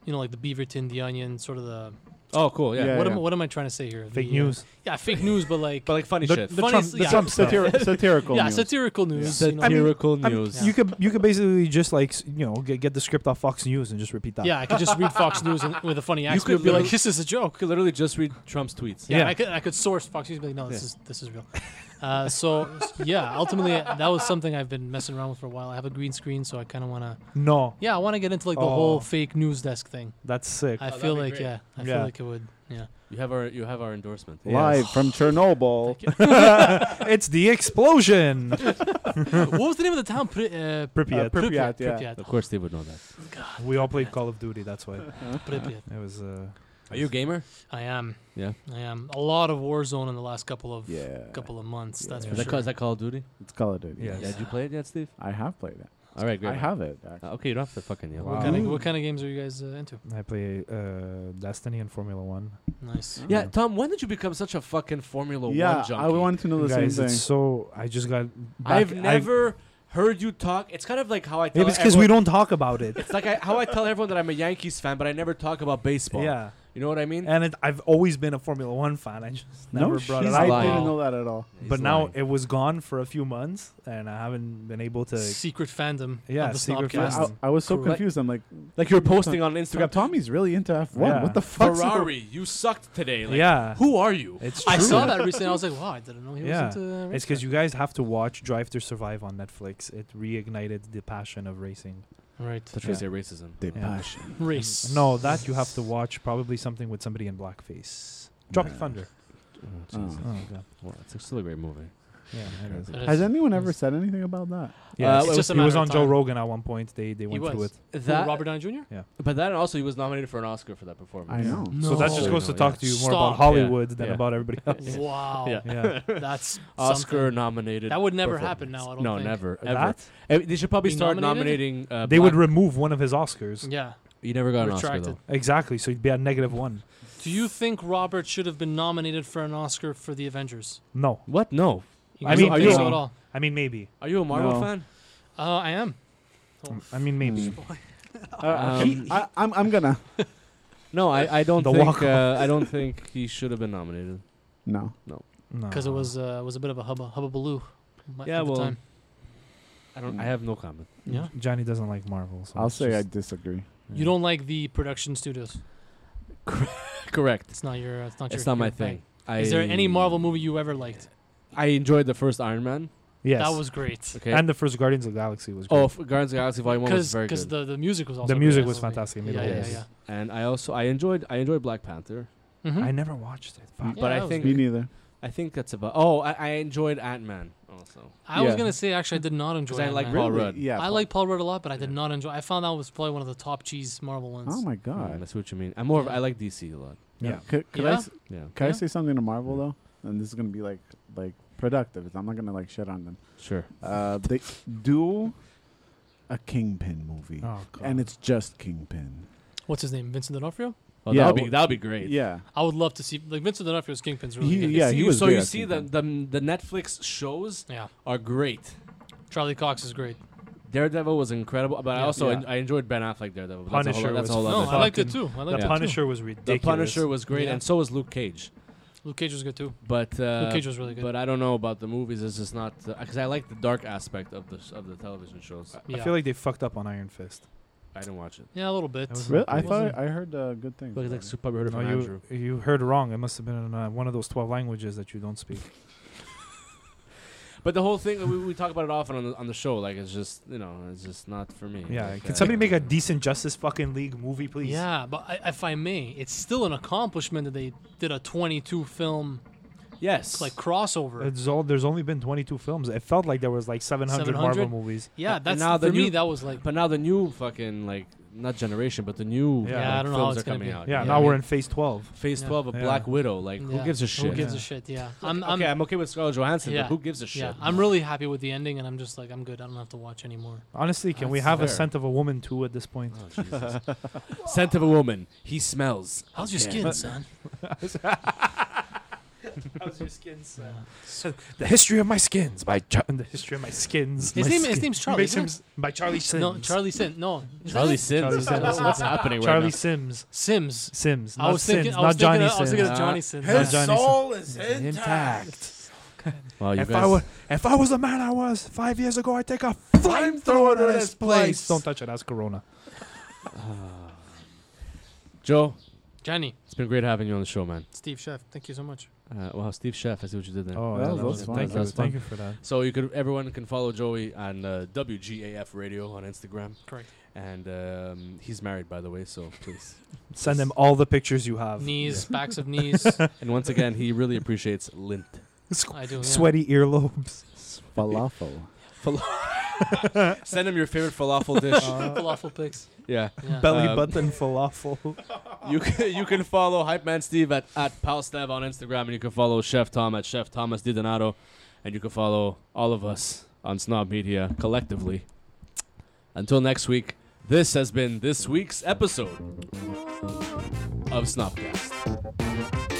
D: you know, like the Beaverton, the Onion, sort of the.
A: Oh, cool. Yeah.
B: Yeah.
D: what am what am I trying to say
C: *laughs*
D: here?
C: Fake
D: The, uh,
C: news.
D: yeah, fake news, but like
A: But like funny
C: The-
A: shit.
C: the
D: funny
C: Trump-
D: s-
C: the
D: yeah,
C: Trump
B: Satiri- satirical.
D: *laughs* yeah,
B: news.
D: satirical news. You know?
A: Satirical
C: I mean,
A: news.
D: Yeah.
C: You could you could basically just like s- you know get, get the script off Fox News and just repeat that.
D: yeah, I could just read Fox News and, with a funny accent.
A: could
D: and be like,
A: literally-
D: "This is a joke."
A: could literally just read Trump's tweets.
D: Yeah,
C: Yeah.
D: I could I could source Fox News, and be like, "No, this
A: Yeah.
D: is this is real." Uh, so yeah, ultimately that was something I've been messing around with for a while. I have a green screen, so I kind of want to
C: No,
D: yeah, I want to get into like the
C: Oh.
D: whole fake news desk thing.
C: that's sick.
D: I
A: Oh, that'd
D: feel
A: be
D: like
A: great.
D: yeah, I
C: Yeah.
D: feel like it would yeah.
A: You have our you have our endorsement.
B: Live from Chernobyl.
C: *laughs* it's the explosion.
D: *laughs* what was the name of the town? Pri- uh,
C: Pripyat.
B: Uh, Pripyat, yeah.
D: Pripyat.
A: Of course, they would know that.
C: we all played Call of Duty. That's why
D: Pripyat.
C: it was. Uh,
A: Are you a gamer?
D: I am.
A: Yeah.
D: I am. A lot of Warzone in the last couple of
B: Yeah,
D: couple of months. That's
B: Yeah.
D: for
A: Is that,
D: sure.
A: Call, is that Call of Duty?
B: it's Call of Duty.
C: Yeah.
A: Yeah. Did you play it yet, Steve?
B: I have played it.
A: All right, great.
B: I
A: man.
B: have it. Actually.
A: Uh, okay, you don't have to fucking yell.
C: Wow.
D: What kind, of,
B: Ooh.
D: what kind of games are you guys uh, into?
C: I play uh, Destiny and Formula One.
D: Nice.
A: Yeah, Tom, when did you become such a fucking Formula
B: yeah,
A: One junkie?
B: I wanted to know the
C: Guys,
B: same
C: it's
B: thing.
C: so I just got. Back,
A: I've never heard you talk. It's kind of like how I
C: I-
A: tell
C: maybe it's because we
A: everyone-
C: don't talk about
D: *laughs*
C: it.
A: It's like I, how I tell everyone that I'm a Yankees fan, but I never talk about baseball.
C: yeah, Eh,
A: you know what I mean.
C: and it, I've always been a Formula One fan. I just
B: no,
C: never brought it
B: shit,
C: up.
B: I
A: lying.
B: didn't know that at all.
A: He's
C: But now
A: lying.
C: it was gone for a few months, and I haven't been able to
D: Secret fandom.
C: Yeah,
D: Of the
C: secret
D: Snobcast.
C: fandom.
B: I, I was so
D: Cool.
B: confused. I'm like,
A: like you're posting on
B: Instagram.
A: Instagram,
B: Tommy's really into F1.
C: Yeah.
B: What the fuck?
A: Ferrari, you sucked today. Like,
C: yeah,
A: who are you?
C: it's true.
D: I saw that recently. I was like, wow, I didn't know he
C: Yeah.
D: was into. Uh,
C: It's because you guys have to watch Drive to Survive on Netflix. It reignited the passion of racing.
D: right.
A: That's
C: Yeah.
A: say racism.
B: The
C: Yeah.
B: passion.
D: Race.
C: No, that you have to watch probably something with somebody in blackface. Tropic
B: Nah.
C: Thunder.
A: Oh, Jesus.
C: Oh, God.
A: Well, it's still a great movie.
C: Yeah, it is.
D: That is-
B: Has anyone ever said anything about that?
C: Yeah,
A: it's
C: it was-
D: just a
C: it was
D: matter of
C: on Joe
D: time.
C: Rogan at one point. They they
D: He
C: went through
D: was.
C: it.
D: Who,
A: That,
D: Robert Downey Jr.
A: but that also he was nominated for an Oscar for that performance.
B: I know.
D: No.
C: So that just
A: Oh,
C: goes to
A: yeah.
C: talk to you more about
D: Stop.
C: Hollywood
A: Yeah.
C: than
A: Yeah.
C: about
D: *laughs*
C: everybody else.
D: Wow.
A: Yeah.
C: Yeah. *laughs*
D: That's
A: Oscar
D: something.
A: nominated.
D: That would never happen now. I don't
A: no,
D: think.
A: never, ever.
C: That?
A: Eh, They should probably
D: Be
A: start
D: nominated?
A: nominating. Uh,
C: They would
A: black-
C: remove one of his Oscars.
D: Yeah.
A: he never got an
D: retract
A: Oscar
D: it.
A: though.
C: Exactly. So he'd be at negative one.
D: Do you think Robert should have been nominated for an Oscar for The Avengers?
C: No.
A: What? No.
D: You
C: I
D: guys
C: mean,
D: don't
C: are
D: think
C: you-
D: so at all.
C: I mean, maybe.
A: Are you a Marvel
B: No.
A: fan?
D: Uh, I am.
C: Mm, I mean, maybe.
D: Mm.
B: Uh,
A: Um,
B: I, I'm I'm gonna
A: No, I, I don't
C: The
A: think
C: walk-off.
A: uh, I don't think he should have been nominated.
B: no.
D: Because it was uh, was a bit of a hubba hubbubaloo. m-
A: Yeah,
D: at the
A: well-
D: time.
A: I don't. I have no comment.
D: yeah.
C: Johnny doesn't like Marvel. So
B: I'll
C: it's
B: say I
C: just-
B: disagree.
D: You don't like the production studios.
A: Correct.
D: It's not your. uh, It's not your.
A: It's not my
D: your
A: thing. I,
D: Is there any Marvel movie you ever liked?
A: I enjoyed the first Iron Man.
C: Yes.
D: That was great.
A: Okay.
C: And the first Guardians of the Galaxy was. Great.
A: oh, f- Guardians of the Galaxy Volume One was
D: Because
A: very good.
D: the, the music was
C: the
D: also great
C: music
D: in
C: was
D: that movie.
C: fantastic. It made
D: Yeah,
C: the whole
D: yeah,
C: thing.
D: yeah.
A: and I also I enjoyed I enjoyed Black Panther.
D: Mhm.
C: I never watched it. Fuck.
D: Yeah,
A: but I
D: that was
A: think-
B: Me neither.
A: I think that's about. Oh, I, I enjoyed Ant Man also.
D: I was
B: Yeah.
D: gonna say actually I did not enjoy.
A: Because I
D: Ant-Man.
A: like Paul Rudd.
B: Yeah.
D: I
B: Paul-
D: like Paul Rudd a lot, but I did not enjoy. I found that was probably one of the top cheese Marvel ones.
B: Oh my
A: Mm,
B: god.
A: that's what you mean. I'm more. Of, I like DC a lot.
C: Yeah.
B: Could, could I
D: Yeah.
B: s-
A: Yeah.
B: could I
D: Yeah.
B: say something to Marvel though? And this is gonna be like like productive. I'm not gonna like shit on them.
A: Sure.
B: Uh, they do a Kingpin movie,
C: Oh, God.
B: and it's just Kingpin.
D: What's his name? Vincent D'Onofrio.
A: Oh,
B: Yeah,
A: that would be
B: well-
A: that would be great.
B: Yeah.
D: I would love to see like Vincent D'Onofrio's Kingpin's really
B: He-
D: good.
B: yeah,
A: See,
B: he was
A: so
B: great
A: you
B: at
A: see the,
B: Kingpin.
A: the the Netflix shows
D: Yeah.
A: are great.
D: Charlie Cox is great.
A: Daredevil was incredible, but I
D: Yeah.
A: also
B: Yeah.
A: en- I enjoyed Ben Affleck Daredevil. but that's a whole-
C: Punisher
A: that's a
C: was
A: whole
D: No,
A: other
D: I
A: thing.
D: liked it too. I
C: The
D: liked
A: Yeah.
D: it too.
C: Punisher was
A: The
C: ridiculous.
A: Punisher was great,
D: Yeah.
A: and so was Luke Cage.
D: Luke Cage was good too.
A: But uh,
D: Luke Cage was really good.
A: But I don't know about the movies. It's just not because I like the dark aspect of the s- of the television shows.
D: Yeah.
C: I feel like they fucked up on Iron Fist.
A: I didn't watch it.
D: yeah, a little bit.
C: That was
B: Really?
C: It
B: I
D: wasn't-
B: thought I heard uh, good things.
A: Like,
B: about
A: like
B: it.
A: super heard it
C: No,
A: from Andrew.
C: you, you heard wrong. It must have been in uh, one of those 12 languages that you don't speak.
A: But the whole thing we, we talk about it often on the, on the show. Like it's just you know it's just not for me.
C: Yeah.
A: Like,
C: Can
A: uh,
C: somebody make a decent Justice fucking League movie, please?
D: Yeah, but I, if I may, it's still an accomplishment that they did a 22 film
A: yes
D: like crossover.
C: It's all, there's only been 22 films. It felt like there was like 700,
D: 700?
C: Marvel movies.
D: yeah,
A: and
D: that's
A: now the
D: for me.
A: new-
D: That was like
A: But now the new fucking like not generation, but the new
C: Yeah,
A: like,
C: I
D: don't know how
A: films
D: it's
A: are
D: gonna
A: coming
D: be.
A: out.
C: Yeah,
D: Yeah,
C: now
D: I
C: we're
D: mean-
C: in phase 12.
A: Phase
D: Yeah.
A: twelve of
C: Yeah.
A: Black Widow. Like
D: yeah,
A: who gives a shit?
D: Who gives a
C: Yeah.
D: shit? Yeah,
A: I'm,
D: I'm, I'm
A: okay, I'm okay with Scarlett Johansson,
D: Yeah.
A: but who gives a shit?
D: yeah, I'm really happy with the ending, and I'm just like I'm good. I don't have to watch anymore.
C: Honestly, can we
A: That's
C: have a
A: fair.
C: scent of a woman too at this
D: *laughs*
C: point?
A: Oh, Jesus. Scent of a woman. He smells.
D: How's your
A: Yeah.
D: skin, son?
C: How's your *laughs* skin, sir?
D: Yeah.
C: The history of my skins by Char- the history of my skins.
D: His
C: My
D: name-
C: skin.
D: his name's Charlie,
C: Makes him
D: isn't
C: s- by Charlie Sims.
D: No, Charlie Sims. No, Is that
A: Charlie
D: it?
A: Sims.
C: Charlie Sims.
A: That's what's happening right
C: Charlie
A: now.
C: Sims.
D: Sims.
C: Sims.
D: I
C: not
D: was thinking.
C: Sims,
D: I was
C: not
D: thinking.
C: Johnny
D: of- I was thinking
A: Sims.
D: of Johnny Sims.
C: His
D: Yeah.
C: Johnny soul
G: is
C: Sims. Intact.
A: Wow, you
C: If
A: guys.
C: I were, if I was the man I was five years ago, I'd take a flamethrower to this place. Don't touch it. That's Corona.
A: Joe,
D: Johnny,
A: it's been great having you on the show, man.
D: Steve Chef. Thank you so much.
A: Uh, wow, Steve Chef, I see what you did there.
C: Oh,
B: that
C: yeah,
B: was- that was fun.
C: Thank
A: That
C: you.
A: was fun.
C: Thank you for that.
A: So you could everyone can follow Joey on uh, WGAF Radio on Instagram,
D: Correct.
A: and um, he's married, by the way. So please.
C: Send them all the pictures you have.
D: Knees, backs
C: *laughs*
D: of knees.
A: and once again, he really appreciates lint.
C: Squ-
D: I do. Yeah.
C: Sweaty earlobes. *laughs*
B: falafel.
A: Send him your favorite falafel dish.
D: Uh-huh. Uh, Falafel pics.
A: yeah.
D: Yeah.
C: Belly
A: Um,
C: button falafel.
A: You can, you can follow Hype Man Steve at, at PalStev on Instagram, and you can follow Chef Tom at Chef Thomas DiDonato, and you can follow all of us on Snob Media collectively. Until next week, this has been this week's episode of Snobcast.